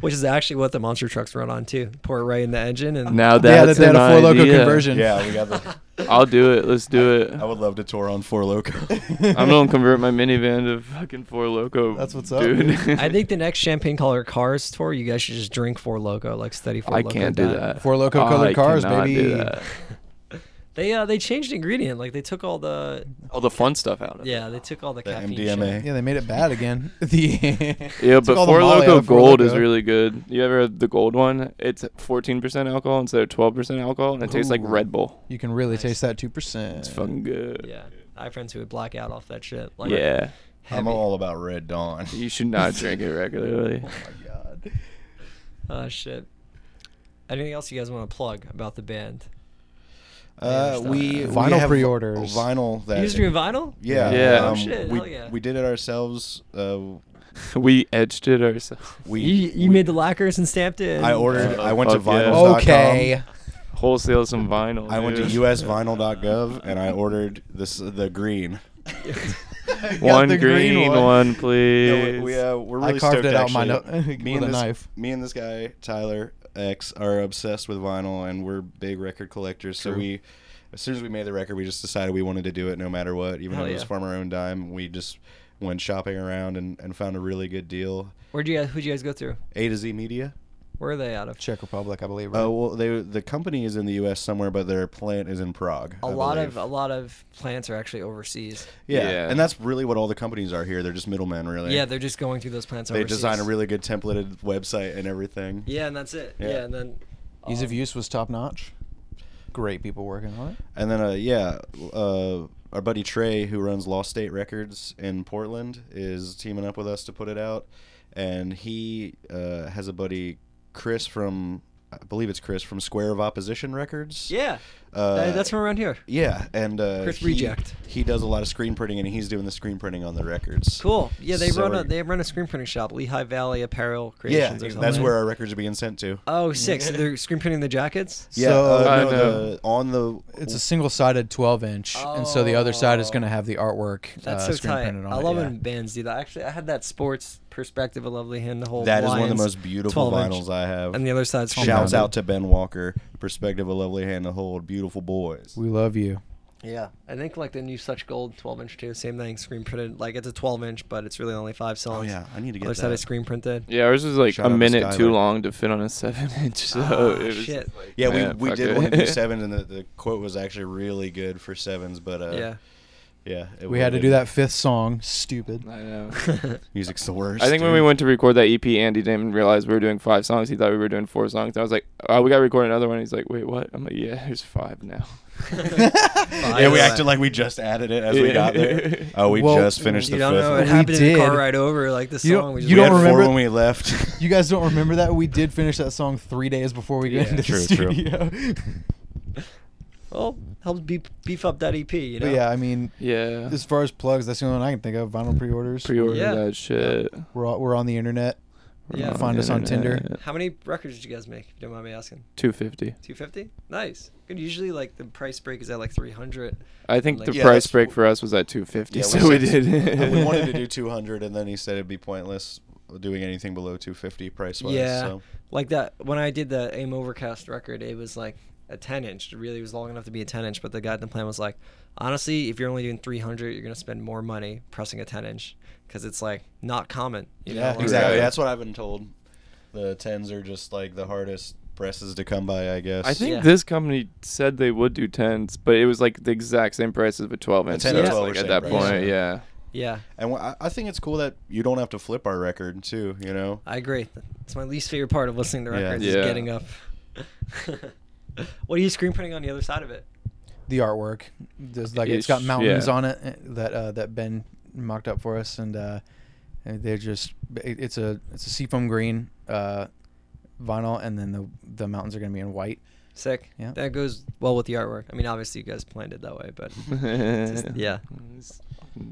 Which is actually what the monster trucks run on too. Pour it right in the engine, and
Now
yeah, that
that's
they had
an
a four loco
idea.
conversion.
yeah, we got the.
I'll do it. Let's do it.
I would love to tour on Four Loco.
I'm gonna convert my minivan to fucking four loco.
That's what's up,
dude.
I think the next Champagne Color Cars tour, you guys should just drink Four Loco, like study Four
I
Loco.
can't do
diet.
that.
Four Loko colored
I
cars,
cannot
baby.
do that.
They uh they changed the ingredient, like they took all the
All the fun stuff out of
yeah
it.
they took all the,
The
caffeine.
MDMA.
shit.
Yeah, they made it bad again. The
Yeah,
Took
but
all the
Four
Molly out
Loco
of Four
Gold is
Loko.
really good. You ever had the gold one? It's 14% alcohol instead of 12% alcohol, and it tastes like
Ooh.
Red Bull.
You can really taste that two percent.
It's fucking good.
Yeah, I have friends who would black out off that shit. Like,
Yeah.
I'm all about Red Dawn.
You should not drink it regularly.
Oh my God.
Oh shit. Anything else you guys want to plug about the band?
Uh,
understand.
we we
Vinyl
have
pre-orders.
Vinyl that
you just doing vinyl?
Yeah.
Yeah.
Oh,
um,
shit,
we,
hell yeah.
we did it ourselves. Uh,
we edged it ourselves.
we
You, you made the lacquers and uh, stamped it.
I ordered.
Oh,
I went to
fuck yeah.
vinyls.com.
Okay.
Wholesale some vinyl.
I went to
dude.
usvinyl.gov and I ordered this the green.
One
the green
green, one,
one.
please.
Yeah, we, we, uh, we're
I
really
carved
stoked,
it out my
actually.
no-
me
with
and
a
this,
knife.
Me and this guy Tyler X are obsessed with vinyl, and we're big record collectors. So
True.
we, as soon as we made the record, we just decided we wanted to do it no matter what, even
Hell
though it was
yeah.
from our own dime. We just went shopping around and, and found a really good deal.
Where'd you guys? Who'd you guys go through?
A to Z Media.
Where are they out of?
Czech Republic, I believe. Right?
Oh well, they the company is in the U.S. somewhere, but their plant is in Prague.
A
I
lot
believe.
of a lot of plants are actually overseas.
yeah.
Yeah.
and that's really what all the companies are here. They're just middlemen, really.
Yeah, they're just going through those plants.
they
overseas.
design a really good templated website and everything.
Yeah, and that's it. Yeah,
Yeah.
and then
Ease of use was top notch. Great people working on it.
And then, uh, yeah, uh, our buddy Trey, who runs Lost State Records in Portland, is teaming up with us to put it out. And he uh, has a buddy, Chris from, I believe it's Chris from Square of Opposition Records.
yeah,
uh,
that- that's from around here.
yeah, and uh,
Chris
he-
Reject.
He does a lot of screen printing, and he's doing the screen printing on the records.
Cool. Yeah, they
So
run a
we're-
they run a screen printing shop, Lehigh Valley Apparel
Yeah,
Creations. or
that's
something.
where our records are being sent to.
Oh, sick. So they're screen printing the jackets.
Yeah,
So-
uh,
I
no,
know.
the- on the
It's a single sided 12 inch, and so the other side is
Oh.
going to have the artwork
That's
uh,
so
screen
tight.
printed on
I
it,
love
yeah.
when bands do that. Actually, I had that sports perspective of Lovely Hand. The whole
that is one of the
Lions
most beautiful
12
vinyls
inch.
I have.
And the other side's home
Shouts
ground.
out to Ben Walker, perspective of lovely hand to hold, beautiful boys.
We love you.
Yeah, I think like the new Such Gold 12 inch too. Same thing, screen printed. Like it's a 12 inch, but it's really only five songs.
Oh, yeah, I need to get
Other side
that.
is screen printed.
yeah, ours was like
Shout
a
out to
minute too
Skylar.
long to fit on a seven inch. So
Ah,
it was
shit.
like,
Yeah,
man,
we, we
fuck
did
it.
want to do sevens, and the, the quote was actually really good for sevens, but uh,
Yeah.
yeah, yeah, it
We had to
would've
do
been-
that fifth song. Stupid.
I know.
Music's the worst.
I think when we
dude.
went to record that EP, Andy didn't realize we were doing five songs. He thought we were doing four songs. I was like, "Oh, we got to record another one." He's like, "Wait, what?" I'm like, "Yeah, there's five now."
yeah, we
Either
acted
way.
like we just added it as we
Yeah.
got there. Oh, we
Well,
just finished
uh, You
the
don't
fifth.
know. It
one.
We
happened in the car
did.
ride over. Like the
You don't-
song. We
you
just
we
don't
had
remember-
four when we left.
You guys don't remember that? We did finish that song three days before we got
Yeah,
into the
true, true.
studio.
Well, helps beef, beef up that EP. You know.
But yeah, I mean,
Yeah,
as far as plugs, that's the only one I can think of. Vinyl pre orders.
pre-order
Yeah.
that shit.
We're, all, we're on the internet.
We're
Yeah.
on
Find us on Tinder.
How many records did you guys make? If you don't mind me asking.
Two fifty.
250. Nice. Good. Usually, like the price break is at like 300.
I think
Like-
the
Yeah,
price
that's-
break for us was at two fifty,
Yeah, we
so we
said-
did.
Uh, we wanted to do 200, and then he said it'd be pointless doing anything below 250 price wise.
Yeah.
So.
Like that when I did the Aim Overcast record, it was like a 10 inch. It really was long enough to be a 10 inch, but the guy at the plan was like, honestly, if you're only doing 300, you're gonna spend more money pressing a 10 inch because it's like not common. You know?
Yeah,
like-
Exactly.
Right.
That's what I've been told. The tens are just like the hardest presses to come by, I guess.
I think
Yeah.
this company said they would do tens, but it was like the exact same price as a twelve inch.
10
or
so it's,
12
like,
are
at
same
that
price. Yeah.
point, yeah.
Yeah,
And wh- I- I think it's cool that you don't have to flip our record too. You know.
I agree. It's my least favorite part of listening to
Yeah.
records
Yeah.
is getting up. what are you screen printing on the other side of it?
the artwork. There's like it's
Ish,
got mountains
yeah.
on it eh, that uh, that Ben mocked up for us, and uh, and they're just it- it's a it's a seafoam green uh, vinyl, and then the the mountains are gonna be in white.
Sick.
Yeah.
That goes well with the artwork. I mean, obviously you guys planned it that way, but Just- yeah.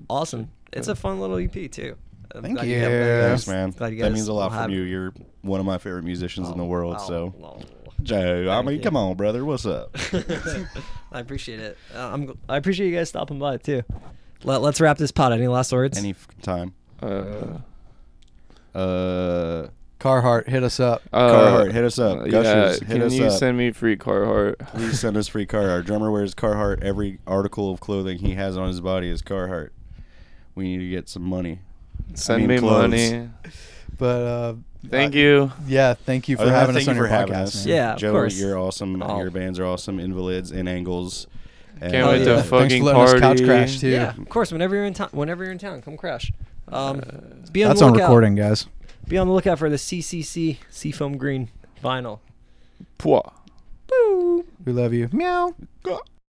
awesome. It's a fun little EP too. I'm
Thank
glad uh,
you.
I'm glad
Yeah.
Thanks,
guys-
man.
glad you
That
guys
means a lot
all
from
had-
you. You're one of my favorite musicians in the
Oh,
world.
oh,
so,
oh.
Joe, I
Thank
mean,
you.
come on, brother. What's up?
I appreciate it. Uh, I'm. gl- I appreciate you guys stopping by too. Let, let's wrap this pot. Any last words?
Any f- time.
Uh,
Uh,
Carhartt, hit us up.
Carhartt, hit us up.
uh,
Gushers, hit
yeah, can
us
you
up.
send me free Carhartt?
please send us free Carhartt. Drummer wears Carhartt. Every article of clothing he has on his body is Carhartt. We need to get some money.
Send
mean,
me
clothes.
money.
But uh,
Thank
I-
you.
Yeah, thank you for
Other than
having
that,
us
Oh, thank you
on your
for having
podcast.
us.
man.
Yeah, of
Joe,
course.
your awesome.
Oh.
Your bands are awesome. Invalids and Angles. And, uh,
Can't wait
yeah.
to
Thanks
for
fucking
letting us
party.
couch crash, too.
Yeah, of course. Whenever you're in town, whenever you're in town, come crash. Um, be on
That's
the
on
lookout.
recording, guys.
Be on the lookout for the CCC Seafoam Green vinyl.
Pwah.
Boo.
We love you. Meow.